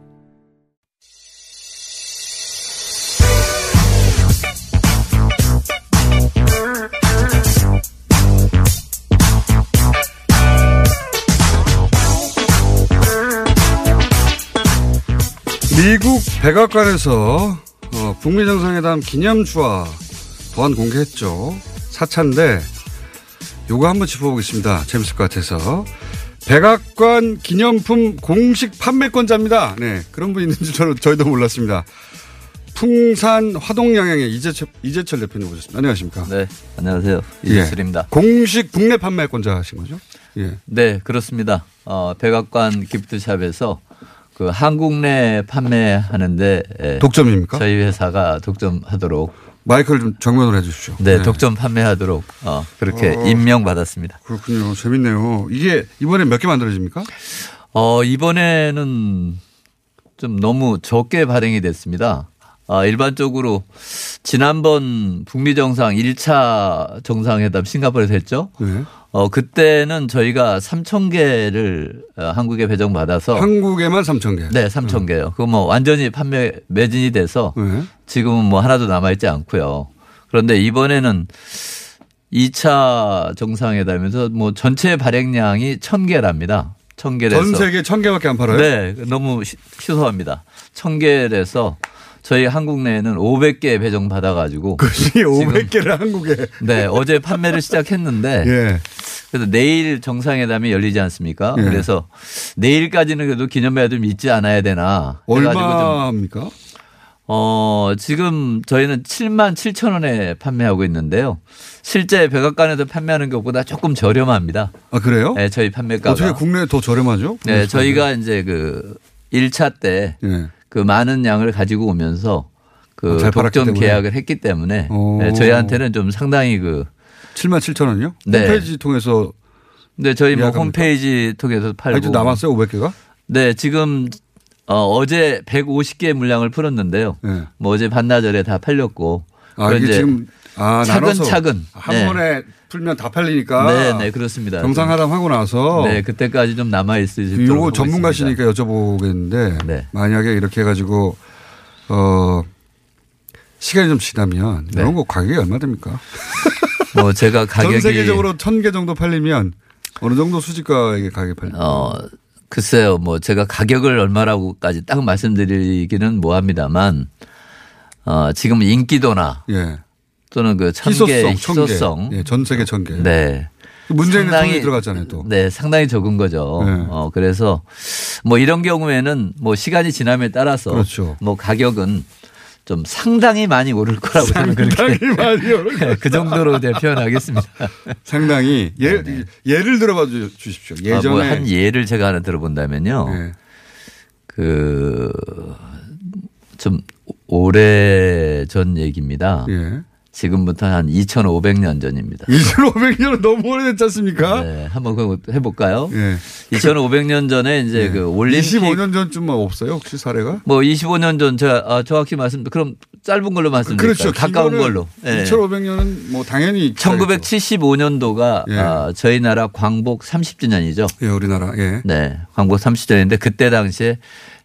[SPEAKER 5] 미국 백악관에서 어, 북미 정상회담 기념주화 번 공개했죠. 사차인데 요거 한번 짚어보겠습니다. 재밌을 것 같아서. 백악관 기념품 공식 판매권자입니다. 네. 그런 분이 있는지 저는, 저희도 몰랐습니다. 풍산 화동양양의 이재철, 이재철 대표님 오셨습니다. 안녕하십니까.
[SPEAKER 9] 네, 안녕하세요.
[SPEAKER 5] 예.
[SPEAKER 9] 이재철입니다.
[SPEAKER 5] 공식 국내 판매권자 하신 거죠? 예.
[SPEAKER 9] 네, 그렇습니다. 어, 백악관 기프트샵에서 그 한국 내 판매하는데 예,
[SPEAKER 5] 독점입니까?
[SPEAKER 9] 저희 회사가 독점하도록
[SPEAKER 5] 마이크를 좀 정면으로 해 주십시오. 아,
[SPEAKER 9] 네, 독점 판매하도록 어, 그렇게 임명받았습니다.
[SPEAKER 5] 그렇군요. 재밌네요. 이게 이번에 몇 개 만들어집니까?
[SPEAKER 9] 어, 이번에는 좀 너무 적게 발행이 됐습니다. 아, 일반적으로 지난번 북미 정상 1차 정상회담 싱가포르에서 했죠.
[SPEAKER 5] 네.
[SPEAKER 9] 어, 그때는 저희가 3,000개를 어, 한국에 배정받아서
[SPEAKER 5] 한국에만 3천 개.
[SPEAKER 9] 네, 3천 개요. 그거 뭐 완전히 판매 매진이 돼서
[SPEAKER 5] 네.
[SPEAKER 9] 지금은 뭐 하나도 남아 있지 않고요. 그런데 이번에는 2차 정상회담에서 뭐 전체 발행량이 1000개랍니다. 1000개에서
[SPEAKER 5] 전 세계 천 개밖에 안 팔아요.
[SPEAKER 9] 네, 너무 시- 희소합니다. 1000개에서 저희 한국 내에는 500개 배정 받아 가지고
[SPEAKER 5] 그중에 500개를 한국에.
[SPEAKER 9] 네, 어제 판매를 시작했는데
[SPEAKER 5] 예.
[SPEAKER 9] 그래서 내일 정상회담이 열리지 않습니까?
[SPEAKER 5] 예.
[SPEAKER 9] 그러니까. 그래서 내일까지는 그래도 기념회가 좀 있지 않아야 되나 해가지고 좀
[SPEAKER 5] 얼마입니까?
[SPEAKER 6] 어, 지금 저희는 7만 7천 원에 판매하고 있는데요. 실제 백악관에서 판매하는 것보다 조금 저렴합니다.
[SPEAKER 5] 아, 그래요?
[SPEAKER 6] 네, 저희 판매가가.
[SPEAKER 5] 어떻게 국내에 더 저렴하죠?
[SPEAKER 6] 네, 저희가 이제 그 1차 때
[SPEAKER 5] 예.
[SPEAKER 6] 그 많은 양을 가지고 오면서 그
[SPEAKER 5] 아, 잘 팔았기
[SPEAKER 6] 독점
[SPEAKER 5] 때문에.
[SPEAKER 6] 계약을 했기 때문에
[SPEAKER 5] 오.
[SPEAKER 6] 네, 저희한테는 좀 상당히 그
[SPEAKER 5] 7만 7천 원이요?
[SPEAKER 6] 네.
[SPEAKER 5] 홈페이지 통해서
[SPEAKER 6] 네, 저희 뭐
[SPEAKER 5] 예약합니까?
[SPEAKER 6] 홈페이지 통해서 팔고
[SPEAKER 5] 아직도 남았어요, 500개가?
[SPEAKER 6] 네, 지금 어, 어제 150개 물량을 풀었는데요.
[SPEAKER 5] 예.
[SPEAKER 6] 뭐 어제 반나절에 다 팔렸고.
[SPEAKER 5] 아,
[SPEAKER 6] 그런
[SPEAKER 5] 이게
[SPEAKER 6] 이제
[SPEAKER 5] 지금 아, 나눠서
[SPEAKER 6] 차근차근
[SPEAKER 5] 한
[SPEAKER 6] 네.
[SPEAKER 5] 번에 풀면 다 팔리니까
[SPEAKER 6] 네,
[SPEAKER 9] 예,
[SPEAKER 6] 네, 그렇습니다.
[SPEAKER 5] 정상화담 하고 나서
[SPEAKER 6] 네, 그때까지 좀 남아 있으실
[SPEAKER 5] 그
[SPEAKER 6] 줄
[SPEAKER 5] 요거
[SPEAKER 6] 알고 있습니다. 네.
[SPEAKER 5] 전문가시니까 여쭤보겠는데 만약에 이렇게 해가지고 어 시간이 좀 지나면
[SPEAKER 6] 네.
[SPEAKER 5] 이런 거 가격이 얼마 됩니까?
[SPEAKER 6] 뭐 제가 가격이
[SPEAKER 5] 전 세계적으로 천 개 정도 팔리면 어느 정도 수지가에게 가격이 팔려?
[SPEAKER 6] 어 글쎄요, 뭐 제가 가격을 얼마라고까지 딱 말씀드리기는 뭐합니다만 어 지금 인기도나
[SPEAKER 5] 예.
[SPEAKER 6] 또는 그 천개
[SPEAKER 5] 희소성, 천 개.
[SPEAKER 6] 희소성
[SPEAKER 5] 예, 전 세계 천 개.
[SPEAKER 6] 네.
[SPEAKER 5] 문재인의
[SPEAKER 6] 상당히-
[SPEAKER 5] 돈이 들어갔잖아요, 또.
[SPEAKER 6] 네, 상당히 적은 거죠.
[SPEAKER 5] 네.
[SPEAKER 6] 어, 그래서 뭐 이런 경우에는 뭐 시간이 지남에 따라서
[SPEAKER 5] 그렇죠.
[SPEAKER 6] 뭐 가격은 좀 상당히 많이 오를 거라고 저는 그렇게
[SPEAKER 5] 상당히 많이 오를 거다.
[SPEAKER 6] 그 정도로 네, 표현하겠습니다. 네,
[SPEAKER 5] 상당히 예, 예를 들어봐 주- 주십시오. 예전에 예,
[SPEAKER 6] 아, 뭐한 예를 제가 하나 들어본다면요. 그, 좀
[SPEAKER 9] 네,
[SPEAKER 6] 오래 전 얘기입니다.
[SPEAKER 5] 예.
[SPEAKER 6] 지금부터 한 2,500년 전입니다.
[SPEAKER 5] 2,500년은 너무 오래됐지 않습니까?
[SPEAKER 6] 네, 한번 그거 해볼까요?
[SPEAKER 5] 예.
[SPEAKER 6] 2,500년 전에 이제 그 올림픽
[SPEAKER 5] 25년 전쯤만 없어요, 혹시 사례가?
[SPEAKER 6] 뭐 25년 전 제가 아, 정확히 말씀 그럼 짧은 걸로 말씀드릴까요?
[SPEAKER 5] 그렇죠.
[SPEAKER 6] 가까운
[SPEAKER 5] 이거는
[SPEAKER 6] 걸로. 예.
[SPEAKER 5] 2,500년은 뭐 당연히
[SPEAKER 6] 1975년도가
[SPEAKER 5] 예.
[SPEAKER 6] 아, 저희 나라 광복 30주년이죠.
[SPEAKER 5] 예, 우리나라. 예.
[SPEAKER 6] 네. 광복 30주년인데 그때 당시에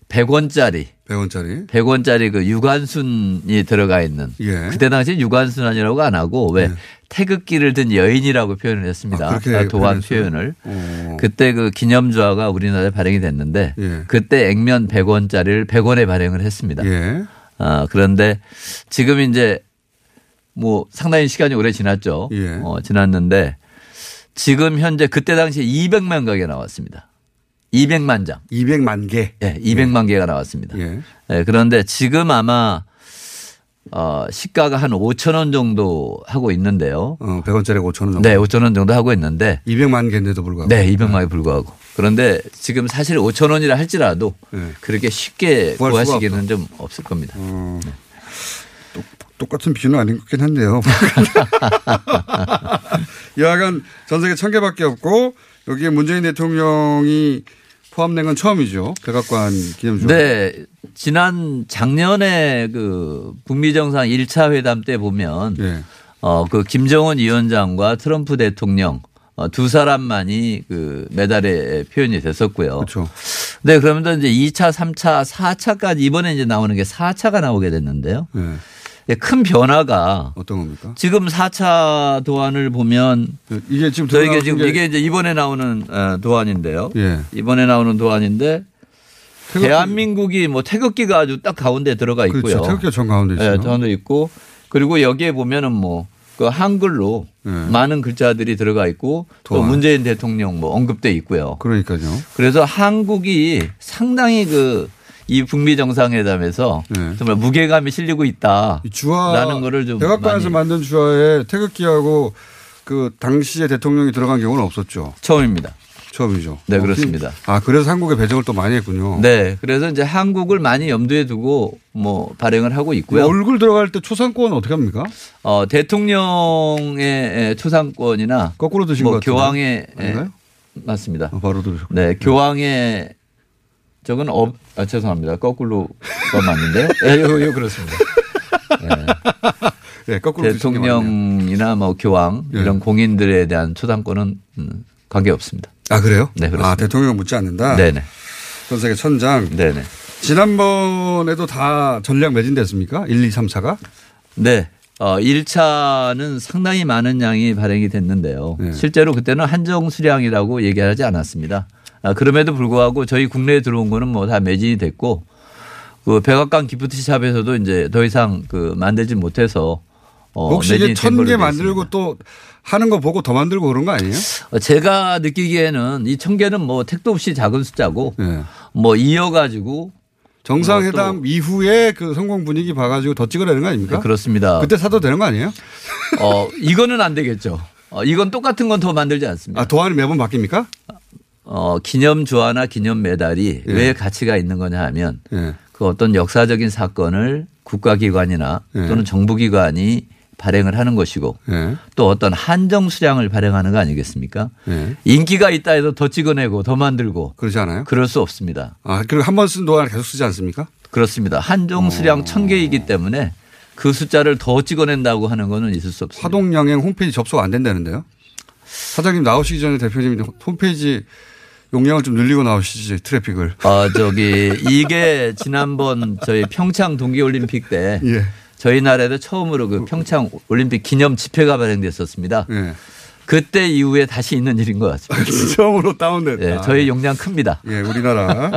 [SPEAKER 6] 100원짜리
[SPEAKER 5] 100원짜리.
[SPEAKER 6] 100원짜리 그 유관순이 들어가 있는
[SPEAKER 5] 예.
[SPEAKER 6] 그때 당시 유관순 아니라고 안 하고 왜 태극기를 든 여인이라고 표현을 했습니다.
[SPEAKER 5] 아, 그렇게
[SPEAKER 6] 아, 도안
[SPEAKER 5] 표현했어요?
[SPEAKER 6] 표현을.
[SPEAKER 5] 오.
[SPEAKER 6] 그때 그 기념주화가 우리나라에 발행이 됐는데
[SPEAKER 5] 예.
[SPEAKER 6] 그때 액면 100원짜리를 100원에 발행을 했습니다.
[SPEAKER 5] 예.
[SPEAKER 6] 아, 그런데 지금 이제 뭐 상당히 시간이 오래 지났죠.
[SPEAKER 5] 예.
[SPEAKER 6] 어, 지났는데 지금 현재 그때 당시에 200만 가게 나왔습니다. 200만 장.
[SPEAKER 5] 200만 개.
[SPEAKER 6] 예, 200만 개가 나왔습니다.
[SPEAKER 5] 예.
[SPEAKER 6] 예, 그런데 지금 아마 어, 시가가 한 5천 원 정도 하고 있는데요.
[SPEAKER 5] 어, 100원짜리 5천 원 정도.
[SPEAKER 6] 네, 5천 원 정도 하고 있는데
[SPEAKER 5] 200만 개인데도 불구하고.
[SPEAKER 6] 네, 200만에 불구하고. 그런데 지금 사실 5천 원이라 할지라도 그렇게 쉽게
[SPEAKER 5] 네. 구할 수가
[SPEAKER 6] 구하시기는 좀 없을 겁니다.
[SPEAKER 5] 네. 똑같은 비유는 아닌 것 같긴 한데요. 여하간 전 세계 천 개밖에 없고 여기에 문재인 대통령이 포함된 건 처음이죠. 백악관 기념주.
[SPEAKER 6] 네. 지난 작년에 그 북미 정상 1차 회담 때 보면
[SPEAKER 5] 예,
[SPEAKER 6] 어, 그 김정은 위원장과 트럼프 대통령 어, 두 사람만이 그 메달에 표현이 됐었고요.
[SPEAKER 5] 그렇죠.
[SPEAKER 6] 네, 그러면서 이제 2차, 3차, 4차까지 이번에 이제 나오는 게 4차가 나오게 됐는데요.
[SPEAKER 5] 네.
[SPEAKER 6] 네, 큰 변화가
[SPEAKER 5] 어떤 겁니까?
[SPEAKER 6] 지금 4차 도안을 보면
[SPEAKER 5] 이게 지금
[SPEAKER 6] 저희가
[SPEAKER 5] 들어가는
[SPEAKER 6] 지금
[SPEAKER 5] 게-
[SPEAKER 6] 이게 이제 이번에 나오는 어, 도안인데요.
[SPEAKER 5] 예.
[SPEAKER 6] 이번에 나오는 도안인데
[SPEAKER 5] 태극기.
[SPEAKER 6] 대한민국이 뭐 태극기가 아주 딱 가운데 들어가 있고요.
[SPEAKER 5] 그렇죠. 태극기가 전 가운데 있어요.
[SPEAKER 6] 예, 가운데 있고 그리고 여기에 보면은 뭐 그 한글로 많은 글자들이 들어가 있고 또
[SPEAKER 5] 네. 도안.
[SPEAKER 6] 문재인 대통령 뭐 언급돼 있고요.
[SPEAKER 5] 그러니까요.
[SPEAKER 6] 그래서 한국이 상당히 그 이 북미 정상회담에서 정말 무게감이 실리고 있다.
[SPEAKER 5] 네. 주화
[SPEAKER 6] 라는 거를 좀
[SPEAKER 5] 백악관에서
[SPEAKER 6] 많이-
[SPEAKER 5] 만든 주화에 태극기하고 그 당시의 대통령이 들어간 경우는 없었죠.
[SPEAKER 6] 처음입니다.
[SPEAKER 5] 처음이죠.
[SPEAKER 6] 네,
[SPEAKER 5] 어,
[SPEAKER 6] 그렇습니다.
[SPEAKER 5] 아 그래서 한국에 배정을 또 많이 했군요.
[SPEAKER 6] 네, 그래서 이제 한국을 많이 염두에 두고 뭐 발행을 하고 있고요.
[SPEAKER 5] 얼굴 들어갈 때 초상권 어떻게 합니까?
[SPEAKER 6] 어, 대통령의 예, 초상권이나
[SPEAKER 5] 거꾸로 드신
[SPEAKER 6] 뭐
[SPEAKER 5] 것 같은데.
[SPEAKER 6] 교황의
[SPEAKER 5] 아닌가요? 어,
[SPEAKER 6] 예, 맞습니다.
[SPEAKER 5] 바로 들으셨고.
[SPEAKER 6] 네, 교황의 저건 업 아, 죄송합니다. 거꾸로가 맞는데요. 예, 요, 요 그렇습니다.
[SPEAKER 5] 예, 거꾸로 드신 게
[SPEAKER 6] 대통령이나 뭐 교황 이런 공인들에 대한 초상권은 음, 관계 없습니다.
[SPEAKER 5] 아 그래요?
[SPEAKER 6] 네, 그렇습니다.
[SPEAKER 5] 아 대통령 묻지 않는다.
[SPEAKER 6] 네네.
[SPEAKER 5] 전 세계 천장.
[SPEAKER 6] 네네.
[SPEAKER 5] 지난번에도 다 전략 매진됐습니까? 1, 2, 3, 4가?
[SPEAKER 6] 네. 어, 1차는 상당히 많은 양이 발행이 됐는데요.
[SPEAKER 5] 네.
[SPEAKER 6] 실제로 그때는 한정 수량이라고 얘기하지 않았습니다. 아, 그럼에도 불구하고 저희 국내에 들어온 거는 뭐 다 매진이 됐고 그 백악관 기프트샵에서도 이제 더 이상 그 만들지 못해서 어,
[SPEAKER 5] 혹시 이게
[SPEAKER 6] 매진이 된 걸로 돼
[SPEAKER 5] 천개
[SPEAKER 6] 있습니다.
[SPEAKER 5] 만들고 또 하는 거 보고 더 만들고 그런 거 아니에요?
[SPEAKER 6] 어, 제가 느끼기에는 이 천 개는 뭐 택도 없이 작은 숫자고 뭐 이어가지고
[SPEAKER 5] 예. 정상회담 이후에 그 성공 분위기 봐가지고 더 찍으라는 거 아닙니까?
[SPEAKER 9] 네, 그렇습니다.
[SPEAKER 5] 그때 사도 되는 거 아니에요?
[SPEAKER 9] 어, 이거는 안 되겠죠. 어, 이건 똑같은 건 더 만들지 않습니다.
[SPEAKER 5] 아, 도안이 매번 바뀝니까?
[SPEAKER 9] 네. 어, 기념 조화나 기념 메달이
[SPEAKER 5] 예.
[SPEAKER 9] 왜 가치가 있는 거냐 하면
[SPEAKER 5] 예.
[SPEAKER 9] 그 어떤 역사적인 사건을 국가기관이나
[SPEAKER 5] 예.
[SPEAKER 9] 또는 정부기관이 발행을 하는 것이고
[SPEAKER 5] 예.
[SPEAKER 9] 또 어떤 한정 수량을 발행하는 거 아니겠습니까?
[SPEAKER 5] 예.
[SPEAKER 9] 인기가 있다 해서 더 찍어내고 더 만들고
[SPEAKER 5] 그러지 않아요?
[SPEAKER 9] 뭐. 그럴 수 없습니다.
[SPEAKER 5] 아, 그리고 한 번 쓴 도안을 계속 쓰지 않습니까? 어.
[SPEAKER 9] 그렇습니다. 한정 수량 1000개이기 때문에 그 숫자를 더 찍어낸다고 하는 거는 있을 수 없습니다.
[SPEAKER 5] 화동양행 홈페이지 접속 안 된다는데요? 사장님 나오시기 전에 대표님 홈페이지 용량을 좀 늘리고 나오시지 트래픽을.
[SPEAKER 9] 아, 저기 이게 지난번 저희 평창 동계 올림픽 때
[SPEAKER 5] 예.
[SPEAKER 9] 저희 나라에도 처음으로 그 평창 올림픽 기념 집회가 발행됐었습니다.
[SPEAKER 5] 예.
[SPEAKER 9] 그때 이후에 다시 있는 일인 것 같습니다.
[SPEAKER 5] 처음으로 다운됐다.
[SPEAKER 9] 네, 저희 용량 큽니다.
[SPEAKER 5] 예, 우리나라.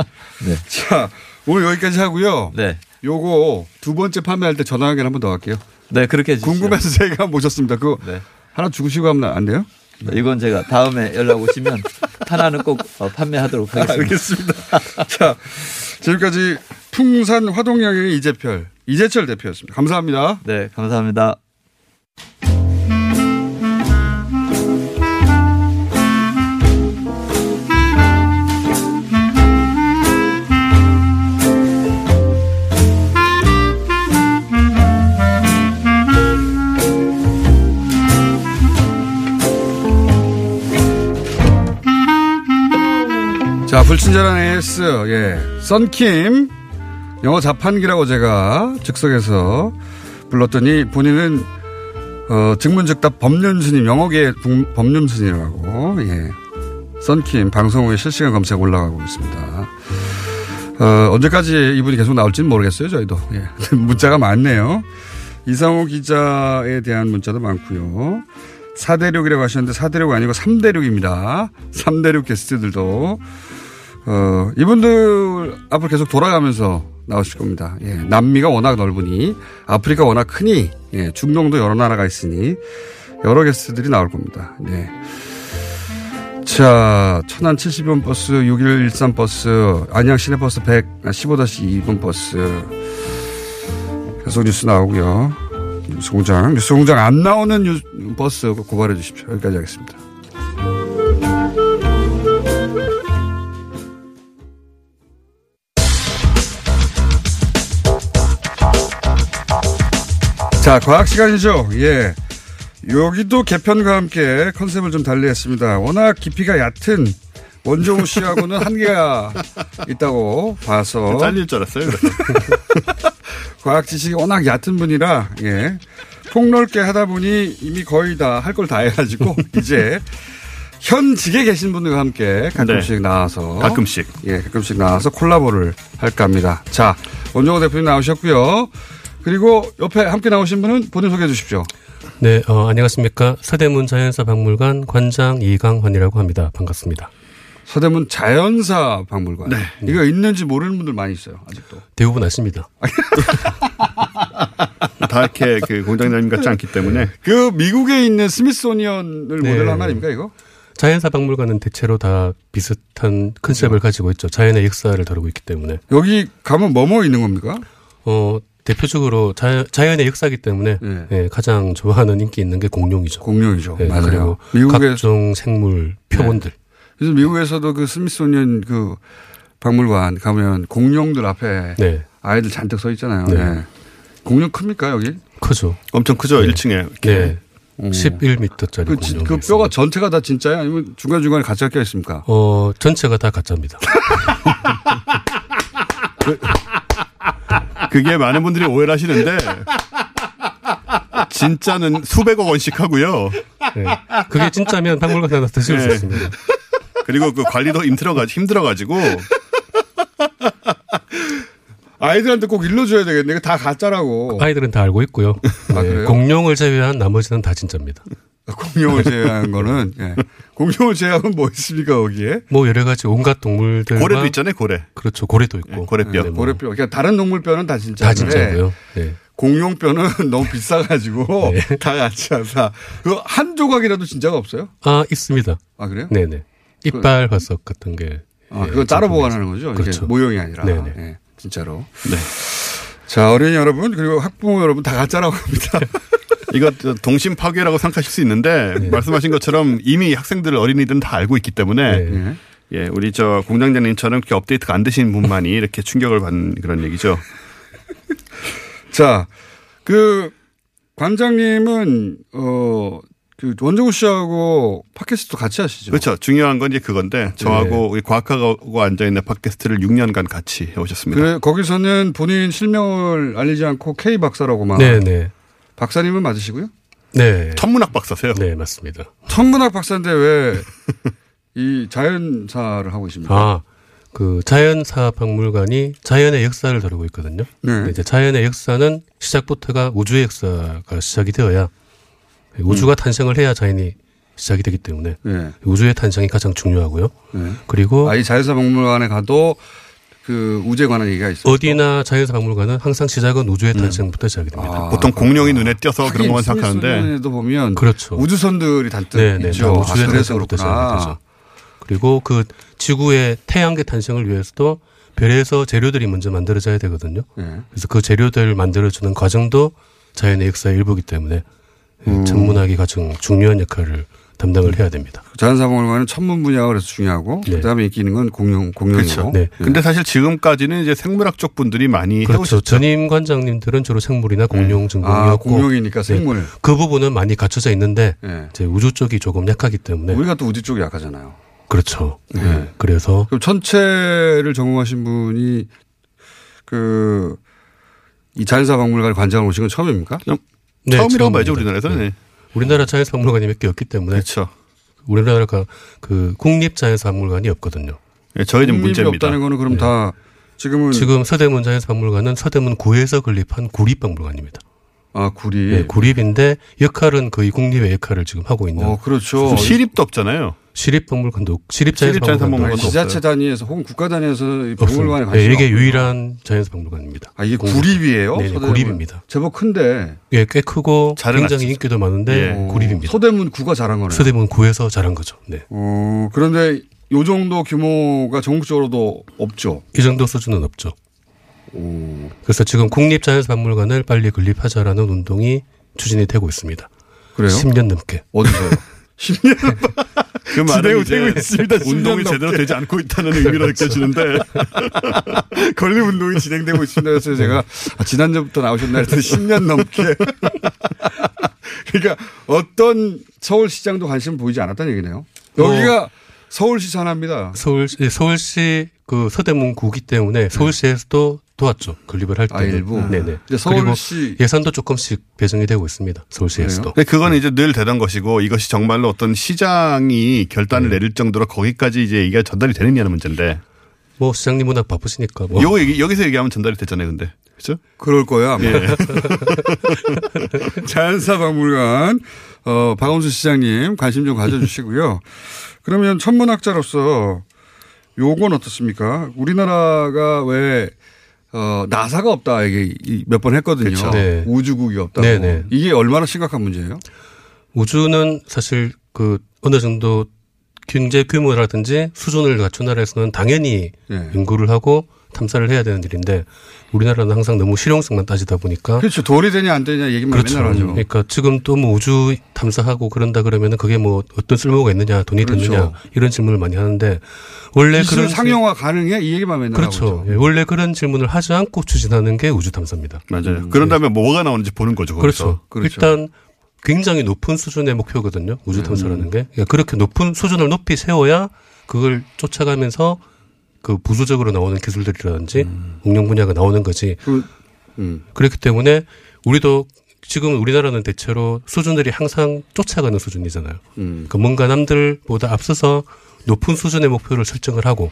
[SPEAKER 5] 자, 오늘 여기까지 하고요.
[SPEAKER 9] 네.
[SPEAKER 5] 요거 두 번째 판매할 때 전화 연결 한 번 더 할게요.
[SPEAKER 9] 네, 그렇게 해주시죠.
[SPEAKER 5] 궁금해서 제가 모셨습니다. 그거 하나 주시고 하면 안 돼요?
[SPEAKER 9] 이건 제가 다음에 연락 오시면 하나는 꼭 어, 판매하도록 하겠습니다.
[SPEAKER 5] 알겠습니다. 아, 자, 지금까지 풍산 화동양의 이재철, 이재철 대표였습니다. 감사합니다.
[SPEAKER 9] 네, 감사합니다.
[SPEAKER 5] 자, 불친절한 AS, 예. 썬킴, 영어 자판기라고 제가 즉석에서 불렀더니 본인은, 어, 즉문즉답 법륜스님, 영어계 법륜스님이라고, 예. 썬킴, 방송 후에 실시간 검색 올라가고 있습니다. 어, 언제까지 이분이 계속 나올지는 모르겠어요, 저희도. 예. 문자가 많네요. 이상호 기자에 대한 문자도 많고요. 4대륙이라고 하셨는데 4대륙 아니고 3대륙입니다. 3대륙 게스트들도 어, 이분들 앞으로 계속 돌아가면서 나오실 겁니다. 예, 남미가 워낙 넓으니 아프리카 워낙 크니 예, 중동도 여러 나라가 있으니 여러 게스트들이 나올 겁니다. 네. 자, 천안 70번 버스, 6113 버스, 안양 시내버스 아, 115-2번 버스. 계속 뉴스 나오고요. 뉴스공장, 뉴스공장 안 나오는 뉴스, 버스 고발해 주십시오. 여기까지 하겠습니다. 자, 과학 시간이죠. 예. 여기도 개편과 함께 컨셉을 좀 달리했습니다. 워낙 깊이가 얕은 원종우 씨하고는 한계가 있다고
[SPEAKER 10] 그
[SPEAKER 5] 봐서
[SPEAKER 11] 잘릴 줄 알았어요.
[SPEAKER 5] 과학 지식이 워낙 얕은 분이라 예. 폭넓게 하다 보니 이미 거의 다 할 걸 다 해가지고 이제 현직에 계신 분들과 함께 가끔씩
[SPEAKER 11] 네.
[SPEAKER 5] 나와서
[SPEAKER 11] 가끔씩.
[SPEAKER 5] 예 가끔씩 나와서 콜라보를 할까 합니다. 자 원종호 대표님 나오셨고요. 그리고 옆에 함께 나오신 분은 본인 소개해 주십시오.
[SPEAKER 10] 네, 어, 안녕하십니까. 서대문 자연사 박물관 관장 이강환이라고 합니다. 반갑습니다.
[SPEAKER 5] 서대문 자연사 박물관.
[SPEAKER 11] 네.
[SPEAKER 5] 이거 있는지 모르는 분들 많이 있어요. 아직도.
[SPEAKER 10] 대부분 아십니다.
[SPEAKER 11] 다 이렇게 그 공장장님 같지 않기 때문에.
[SPEAKER 5] 그 미국에 있는 스미소니언을
[SPEAKER 10] 네.
[SPEAKER 5] 모델로 한 거 아닙니까 이거?
[SPEAKER 10] 자연사 박물관은 대체로 다 비슷한
[SPEAKER 11] 네.
[SPEAKER 10] 컨셉을 가지고 있죠. 자연의 역사를 다루고 있기 때문에.
[SPEAKER 5] 여기 가면 뭐뭐 있는 겁니까?
[SPEAKER 10] 어, 대표적으로 자, 자연의 역사이기 때문에 예, 가장 좋아하는 인기 있는 게 공룡이죠.
[SPEAKER 5] 네. 공룡이죠.
[SPEAKER 10] 예,
[SPEAKER 5] 맞아요.
[SPEAKER 10] 그리고
[SPEAKER 5] 미국의-
[SPEAKER 10] 각종 생물 표본들.
[SPEAKER 5] 그래서 미국에서도 그 스미소니언 그 박물관 가면 공룡들 앞에
[SPEAKER 10] 네.
[SPEAKER 5] 아이들 잔뜩 서 있잖아요.
[SPEAKER 10] 네.
[SPEAKER 5] 예. 공룡 큽니까 여기?
[SPEAKER 10] 크죠.
[SPEAKER 11] 엄청 크죠.
[SPEAKER 10] 네.
[SPEAKER 11] 1층에.
[SPEAKER 10] 네.
[SPEAKER 5] 오.
[SPEAKER 10] 11m짜리
[SPEAKER 5] 그, 지-
[SPEAKER 10] 공룡.
[SPEAKER 5] 그 뼈가 전체가 다 진짜예요? 아니면 중간 중간에 가짜 껴 있습니까?
[SPEAKER 10] 어, 전체가 다 가짜입니다.
[SPEAKER 11] 그게 많은 분들이 오해를 하시는데 진짜는 수백억 원씩 하고요.
[SPEAKER 10] 네. 그게 진짜면 박물관 하나 드실 수
[SPEAKER 11] 네.
[SPEAKER 10] 있습니다.
[SPEAKER 11] 그리고 그 관리도 힘들어가 힘들어가지고
[SPEAKER 5] 아이들한테 꼭 일러줘야 되겠네. 이거 다 가짜라고.
[SPEAKER 10] 그 아이들은 다 알고 있고요. 네,
[SPEAKER 5] 아, 그래요? 아,
[SPEAKER 10] 공룡을 제외한 나머지는 다 진짜입니다.
[SPEAKER 5] 공룡을 제외한 거는 예. 공룡을 제외하면 뭐 있습니까 거기에?
[SPEAKER 10] 뭐 여러 가지 온갖 동물들
[SPEAKER 5] 고래도 있잖아요,
[SPEAKER 11] 고래.
[SPEAKER 10] 그렇죠. 고래도 있고.
[SPEAKER 11] 고래뼈.
[SPEAKER 10] 네, 뭐
[SPEAKER 5] 고래뼈. 그러니까 다른 동물 뼈는 다 진짜.
[SPEAKER 10] 다 진짜고요. 네.
[SPEAKER 5] 공룡 뼈는 너무 비싸가지고 다 가짜다. 그한 조각이라도 진짜가 없어요?
[SPEAKER 10] 아 있습니다.
[SPEAKER 5] 아 그래요?
[SPEAKER 11] 그
[SPEAKER 10] 네네. 이빨 화석 같은 게.
[SPEAKER 5] 아, 그거 따로 보관하는 거죠? 이게
[SPEAKER 10] 그렇죠.
[SPEAKER 5] 모형이 아니라.
[SPEAKER 10] 네네.
[SPEAKER 5] 예. 진짜로. 네. 자, 어린이 여러분, 그리고 학부모 여러분 다 가짜라고 합니다.
[SPEAKER 11] 이거 동심 파괴라고 생각하실 수 있는데 네. 말씀하신 것처럼 이미 학생들 어린이들은 다 알고 있기 때문에 네. 예, 우리 저 공장장님처럼 이렇게 업데이트가 안 되신 분만이 이렇게 충격을 받는 그런 얘기죠.
[SPEAKER 5] 자, 그 관장님은 어. 그 원정우 씨하고 팟캐스트도 같이 하시죠.
[SPEAKER 11] 그렇죠. 중요한 건 이제 그건데 저하고 네. 우리 과학하고 앉아 있는 팟캐스트를 6년간 같이 해오셨습니다.
[SPEAKER 5] 그래, 거기서는 본인 실명을 알리지 않고 K 박사라고만. 네네. 박사님은 맞으시고요?
[SPEAKER 10] 네.
[SPEAKER 11] 천문학 박사세요?
[SPEAKER 10] 네, 맞습니다.
[SPEAKER 5] 천문학 박사인데 왜 이 자연사를 하고 있습니까?
[SPEAKER 10] 아, 그 자연사 박물관이 자연의 역사를 다루고 있거든요. 네. 이제 자연의 역사는 시작부터가 우주의 역사가 시작이 되어야 우주가 음. 탄생을 해야 자연이 시작이 되기 때문에 네. 우주의 탄생이 가장 중요하고요. 네. 그리고
[SPEAKER 5] 아, 이 자연사 박물관에 가도 그 우주에 관한 얘기가 네. 있어요.
[SPEAKER 10] 어디나 자연사 박물관은 항상 시작은 우주의 탄생부터 음. 시작이 됩니다.
[SPEAKER 11] 아, 보통 공룡이 아. 눈에 띄어서 그런 것만 생각하는데
[SPEAKER 5] 보면 그렇죠. 우주선들이 단뜻 네네, 있죠. 우주의 아, 탄생부터 시작이 되죠.
[SPEAKER 10] 그리고 그 지구의 태양계 탄생을 위해서도 별에서 재료들이 먼저 만들어져야 되거든요. 네. 그래서 그 재료들을 만들어주는 과정도 자연의 역사의 일부이기 때문에 음. 천문학이 가장 중요한 역할을 담당을 해야 됩니다.
[SPEAKER 5] 자연사박물관은 천문 분야가 그래서 중요하고 네. 그다음에 인기 있는 건 공룡 공룡이고.
[SPEAKER 11] 그렇죠. 네. 근데 사실 지금까지는 이제 생물학 쪽 분들이 많이
[SPEAKER 10] 그렇죠. 전임 관장님들은 주로
[SPEAKER 11] 네.
[SPEAKER 10] 생물이나 공룡 증공이었고
[SPEAKER 5] 네. 아, 공룡이니까 생물. 네.
[SPEAKER 10] 그 부분은 많이 갖춰져 있는데 이제 우주 쪽이 조금 약하기 때문에
[SPEAKER 5] 우리가 또 우주 쪽이 약하잖아요.
[SPEAKER 10] 그렇죠. 네. 그래서
[SPEAKER 5] 그럼 전체를 전공하신 분이 그 이 자연사 박물관 관장을 오신 건 처음입니까?
[SPEAKER 11] 네, 처음이라고 말죠 우리나라에서는. 네.
[SPEAKER 10] 우리나라 자연사박물관이 몇 개 없기 때문에.
[SPEAKER 11] 그렇죠.
[SPEAKER 10] 우리나라가 그 국립자연사박물관이 없거든요.
[SPEAKER 11] 네, 저희는 문제입니다.
[SPEAKER 5] 없다는 거는 그럼 네. 다 지금은
[SPEAKER 10] 지금 서대문 자연사박물관은 서대문 구에서 건립한 구립박물관입니다. 예,
[SPEAKER 5] 아 구립.
[SPEAKER 11] 예.
[SPEAKER 5] 네,
[SPEAKER 10] 구립인데 역할은 거의 국립의 역할을 지금 하고 있는.
[SPEAKER 5] 어 그렇죠.
[SPEAKER 11] 시립도 없잖아요.
[SPEAKER 10] 시립박물관도 시립자연사박물관도
[SPEAKER 5] 지자체 단위에서 혹은 국가 단위에서 박물관에
[SPEAKER 10] 관심 네, 이게 없구나. 유일한 자연사박물관입니다.
[SPEAKER 5] 아 이게 구립이에요?
[SPEAKER 10] 네, 구립입니다.
[SPEAKER 5] 제법 큰데. 어,
[SPEAKER 10] 예, 네, 꽤 크고 굉장히 인기도 많은데 예. 구립입니다.
[SPEAKER 5] 서대문 구가 잘한 거네요.
[SPEAKER 10] 서대문 구에서 잘한 거죠. 네.
[SPEAKER 5] 어, 그런데 요 정도 규모가 전국적으로도 없죠.
[SPEAKER 10] 이 정도 수준은 없죠. 오. 그래서 지금 국립자연사박물관을 빨리 건립하자라는 운동이 추진이 되고 있습니다.
[SPEAKER 5] 그래요?
[SPEAKER 10] 10년 넘게.
[SPEAKER 5] 어디서요?
[SPEAKER 11] 10년 그 말은 이제 있습니다. 운동이 제대로 되지 않고 있다는 의미로 느껴지는데
[SPEAKER 5] 건립 운동이 진행되고 있습니다. 그래서 제가 아, 지난주부터 나오셨나 했더니 10년 넘게 그러니까 어떤 서울시장도 관심 보이지 않았다는 얘기네요. 여기가 어. 서울시 산합니다.
[SPEAKER 10] 서울 서울시 그 서대문 구기
[SPEAKER 11] 네.
[SPEAKER 10] 때문에 서울시에서도 도왔죠 건립을 할 때.
[SPEAKER 5] 아,
[SPEAKER 11] 예.
[SPEAKER 5] 일부.
[SPEAKER 10] 네네.
[SPEAKER 5] 서울시
[SPEAKER 10] 예산도 조금씩 배정이 되고 있습니다. 서울시에서도.
[SPEAKER 11] 근데 그건 네. 이제 늘 되던 것이고 이것이 정말로 어떤 시장이 결단을 네. 내릴 정도로 거기까지 이제 얘기가 전달이 되느냐는 문제인데.
[SPEAKER 10] 뭐 시장님 워낙 바쁘시니까 뭐.
[SPEAKER 11] 요거 얘기, 여기서 얘기하면 전달이 되잖아요, 근데. 그죠?
[SPEAKER 5] 그럴 거야. 아마. 예. 자연사 박물관 어 박원순 시장님 관심 좀 가져주시고요. 그러면 천문학자로서 요건 어떻습니까? 우리나라가 왜 어, 나사가 없다 이게 몇 번 했거든요. 그렇죠. 네. 우주국이 없다고. 네네. 이게 얼마나 심각한 문제예요?
[SPEAKER 10] 우주는 사실 그 어느 정도 경제 규모라든지 수준을 갖춘 나라에서는 당연히
[SPEAKER 5] 예.
[SPEAKER 10] 네. 연구를 하고 탐사를 해야 되는 일인데 우리나라는 항상 너무 실용성만 따지다 보니까
[SPEAKER 5] 그렇죠 돈이 되냐 안 되냐 얘기만 그렇죠. 맨날 하죠.
[SPEAKER 10] 어? 그러니까 지금 또 뭐 우주 탐사하고 그런다 그러면은 그게 뭐 어떤 쓸모가 있느냐 돈이 그렇죠. 드느냐 이런 질문을 많이 하는데 원래 그런
[SPEAKER 5] 상용화 가능해 이 얘기만 맨날
[SPEAKER 10] 그렇죠.
[SPEAKER 5] 하죠.
[SPEAKER 10] 원래 그런 질문을 하지 않고 추진하는 게 우주 탐사입니다.
[SPEAKER 11] 맞아요. 음. 그런 다음에 뭐가 나오는지 보는 거죠.
[SPEAKER 10] 예. 그렇죠. 그렇죠. 일단 굉장히 높은 수준의 목표거든요. 우주 탐사라는 음. 게 그러니까 그렇게 높은 수준을 높이 세워야 그걸 쫓아가면서 그 부수적으로 나오는 기술들이라든지 음. 응용 분야가 나오는 거지. 그, 음. 그렇기 때문에 우리도 지금 우리나라는 대체로 수준들이 항상 쫓아가는 수준이잖아요. 음. 그 뭔가 남들보다 앞서서 높은 수준의 목표를 설정을 하고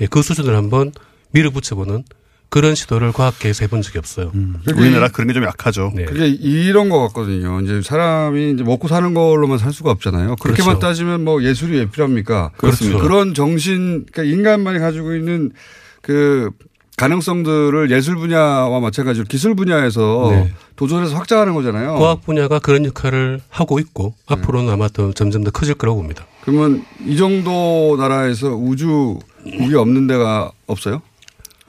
[SPEAKER 10] 예, 그 수준을 한번 밀어붙여보는 그런 시도를 과학계에서 해본 적이 없어요. 음.
[SPEAKER 11] 우리나라 아, 그런 게 좀 약하죠.
[SPEAKER 5] 네. 그게 이런 것 같거든요. 이제 사람이 이제 먹고 사는 걸로만 살 수가 없잖아요. 그렇게만 그렇죠. 따지면 뭐 예술이 왜 필요합니까?
[SPEAKER 10] 그렇죠.
[SPEAKER 11] 그렇습니다.
[SPEAKER 5] 그런 정신, 그러니까 인간만이 가지고 있는 그 가능성들을 예술 분야와 마찬가지로 기술 분야에서 네. 도전해서 확장하는 거잖아요.
[SPEAKER 10] 과학 분야가 그런 역할을 하고 있고
[SPEAKER 11] 음.
[SPEAKER 10] 네. 앞으로는 아마 더 점점 더 커질 거라고 봅니다.
[SPEAKER 5] 그러면 이 정도 나라에서 우주국이 없는 데가 없어요?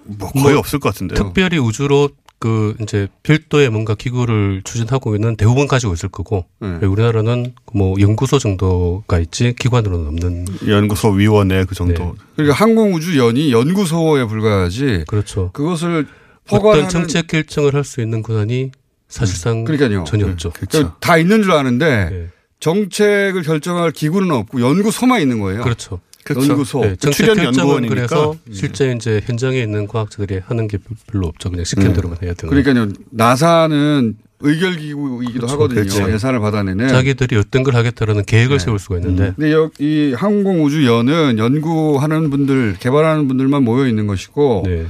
[SPEAKER 11] 뭐 거의 없을 것 같은데요.
[SPEAKER 10] 특별히 우주로 그 이제 별도의 뭔가 기구를 추진하고 있는 대부분 가지고 있을 거고
[SPEAKER 5] 네.
[SPEAKER 10] 우리나라는 뭐 연구소 정도가 있지 기관으로는 없는
[SPEAKER 11] 연구소 위원회 그 정도.
[SPEAKER 5] 그러니까 항공우주연이 연구소에 불과하지.
[SPEAKER 10] 그렇죠.
[SPEAKER 5] 그것을
[SPEAKER 10] 어떤
[SPEAKER 5] 포괄하는
[SPEAKER 10] 정책 결정을 할 수 있는 권한이
[SPEAKER 11] 음.
[SPEAKER 10] 사실상
[SPEAKER 5] 그러니까요.
[SPEAKER 10] 전혀 없죠. 네.
[SPEAKER 5] 그러니까 다 있는 줄 아는데 정책을 결정할 기구는 없고 연구소만 있는 거예요.
[SPEAKER 10] 그렇죠.
[SPEAKER 5] 연구소.
[SPEAKER 10] 네, 정책 결정은 그래서
[SPEAKER 11] 음.
[SPEAKER 10] 실제 이제 현장에 있는 과학자들이 하는 게 별로 없죠. 그냥 시킨
[SPEAKER 5] 네.
[SPEAKER 10] 대로만 해야 되는.
[SPEAKER 5] 그러니까요. 나사는 의결기구이기도
[SPEAKER 10] 그렇죠.
[SPEAKER 5] 하거든요.
[SPEAKER 10] 그렇죠.
[SPEAKER 5] 예산을 받아내는.
[SPEAKER 10] 자기들이 어떤 걸 하겠다라는 계획을 세울 수가 있는데
[SPEAKER 5] 음. 근데 여- 이 항공우주연은 연구하는 분들, 개발하는 분들만 모여 있는 것이고,
[SPEAKER 10] 네.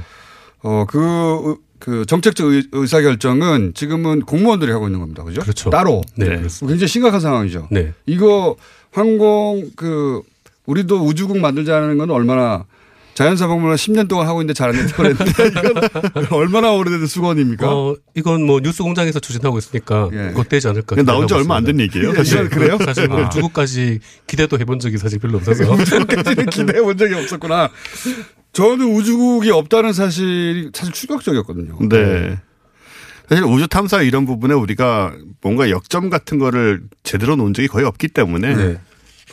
[SPEAKER 5] 어, 그, 의- 그 정책적 의- 의사결정은 지금은 공무원들이 하고 있는 겁니다. 그죠?
[SPEAKER 10] 그렇죠.
[SPEAKER 5] 따로.
[SPEAKER 10] 네, 그렇습니다.
[SPEAKER 5] 굉장히 심각한 상황이죠.
[SPEAKER 10] 네.
[SPEAKER 5] 이거 항공 그, 우리도 우주국 만들자는 건 얼마나 자연사복문을 10년 동안 하고 있는데 잘 안 된다고 그랬는데 이건 얼마나 오래된 수건입니까? 예.
[SPEAKER 10] 어, 이건 뭐 뉴스 공장에서 추진하고 있으니까 곧 되지 않을까.
[SPEAKER 5] 그냥 나온 지
[SPEAKER 10] 기대하고
[SPEAKER 5] 얼마 안
[SPEAKER 10] 있습니다.
[SPEAKER 5] 된 얘기예요,
[SPEAKER 10] 네,
[SPEAKER 5] 사실은. 그래요?
[SPEAKER 10] 사실 뭐
[SPEAKER 5] 아.
[SPEAKER 10] 누구까지 기대도 해본 적이 사실 별로 없어서.
[SPEAKER 5] 우주국까지는 기대해 본 적이 없었구나. 저는 우주국이 없다는 사실이 사실 충격적이었거든요.
[SPEAKER 11] 네. 사실 우주 탐사 이런 부분에 우리가 뭔가 역점 같은 거를 제대로 논 적이 거의 없기
[SPEAKER 5] 네.
[SPEAKER 11] 때문에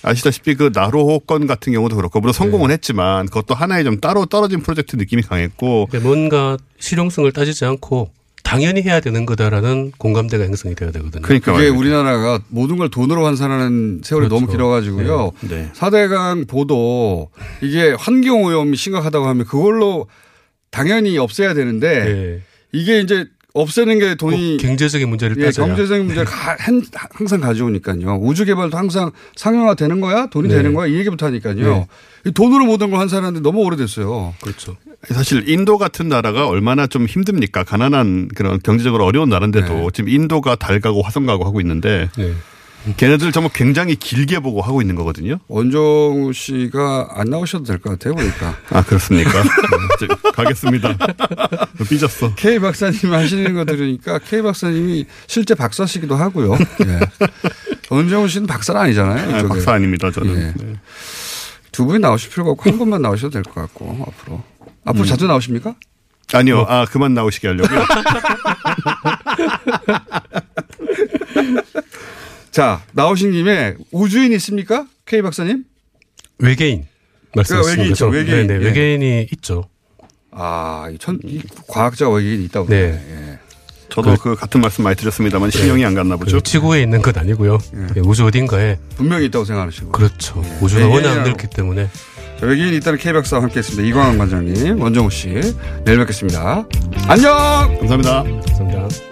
[SPEAKER 11] 아시다시피 그 나로호 건 같은 경우도 그렇고 물론 성공은 했지만 그것도 하나의 좀 따로 떨어진 프로젝트 느낌이 강했고
[SPEAKER 10] 근데 뭔가 실용성을 따지지 않고 당연히 해야 되는 거다라는 공감대가 형성이 되어야 되거든요.
[SPEAKER 5] 그러니까 그게 우리나라가 모든 걸 돈으로 환산하는 세월이
[SPEAKER 10] 그렇죠.
[SPEAKER 5] 너무 길어가지고요.
[SPEAKER 10] 네. 네.
[SPEAKER 5] 사대강 보도 이게 환경 오염이 심각하다고 하면 그걸로 당연히 없애야 되는데
[SPEAKER 10] 네.
[SPEAKER 5] 이게 이제 없애는 게 돈이
[SPEAKER 10] 경제적인 문제를 네.
[SPEAKER 5] 예,
[SPEAKER 10] 따져야.
[SPEAKER 5] 경제적인 문제를 가- 한- 항상 가져오니까요. 우주 개발도 항상 상용화 되는 거야? 돈이
[SPEAKER 11] 네.
[SPEAKER 5] 되는 거야? 이 얘기부터 하니까요.
[SPEAKER 11] 네.
[SPEAKER 5] 이 돈으로 모든 걸 환산하는데 너무 오래됐어요.
[SPEAKER 10] 그렇죠.
[SPEAKER 11] 사실 인도 같은 나라가 얼마나 좀 힘듭니까? 가난한 그런 경제적으로 어려운
[SPEAKER 5] 네.
[SPEAKER 11] 나라인데도 지금 인도가 달 가고 화성 가고 하고 있는데
[SPEAKER 10] 네.
[SPEAKER 11] 걔네들 정말 굉장히 길게 보고 하고 있는 거거든요.
[SPEAKER 5] 원종우 씨가 안 나오셔도 될 것 같아요, 보니까.
[SPEAKER 11] 아 그렇습니까? 네, 이제 가겠습니다. 삐졌어.
[SPEAKER 5] K 박사님 하시는 거 들으니까 K 박사님이 실제 박사시기도 하고요. 예. 원종우 씨는 박사는 아니잖아요.
[SPEAKER 11] 아,
[SPEAKER 5] 이쪽에.
[SPEAKER 11] 박사 아닙니다 저는.
[SPEAKER 5] 예. 두 분이 나오실 필요가 없고 한 분만 나오셔도 될 것 같고 앞으로. 앞으로
[SPEAKER 11] 음.
[SPEAKER 5] 자주 나오십니까?
[SPEAKER 11] 아니요,
[SPEAKER 10] 뭐.
[SPEAKER 11] 아 그만 나오시게 하려고요.
[SPEAKER 5] 자 나오신 김에 우주인 있습니까? K 박사님? 그
[SPEAKER 10] 외계인 말씀하신
[SPEAKER 5] 외계인 있죠,
[SPEAKER 10] 거죠.
[SPEAKER 5] 외계인.
[SPEAKER 10] 네, 네,
[SPEAKER 5] 예.
[SPEAKER 10] 외계인이 있죠.
[SPEAKER 5] 아, 이 천, 이 과학자 외계인 있다고.
[SPEAKER 10] 네.
[SPEAKER 5] 그러네. 예.
[SPEAKER 11] 저도 그, 같은 말씀 많이 드렸습니다만 신용이 안 갔나 보죠.
[SPEAKER 10] 그 지구에 있는 것 아니고요. 예, 우주 어딘가에
[SPEAKER 5] 분명히 있다고 생각하시고.
[SPEAKER 10] 그렇죠. 우주는
[SPEAKER 5] 네,
[SPEAKER 10] 원에 안
[SPEAKER 5] 예리하고.
[SPEAKER 10] 들기 때문에.
[SPEAKER 5] 자, 외계인 있다는 K 박사와 함께 했습니다. 이광환 관장님, 원정우 씨. 내일 뵙겠습니다. 안녕!
[SPEAKER 11] 감사합니다.
[SPEAKER 10] 감사합니다.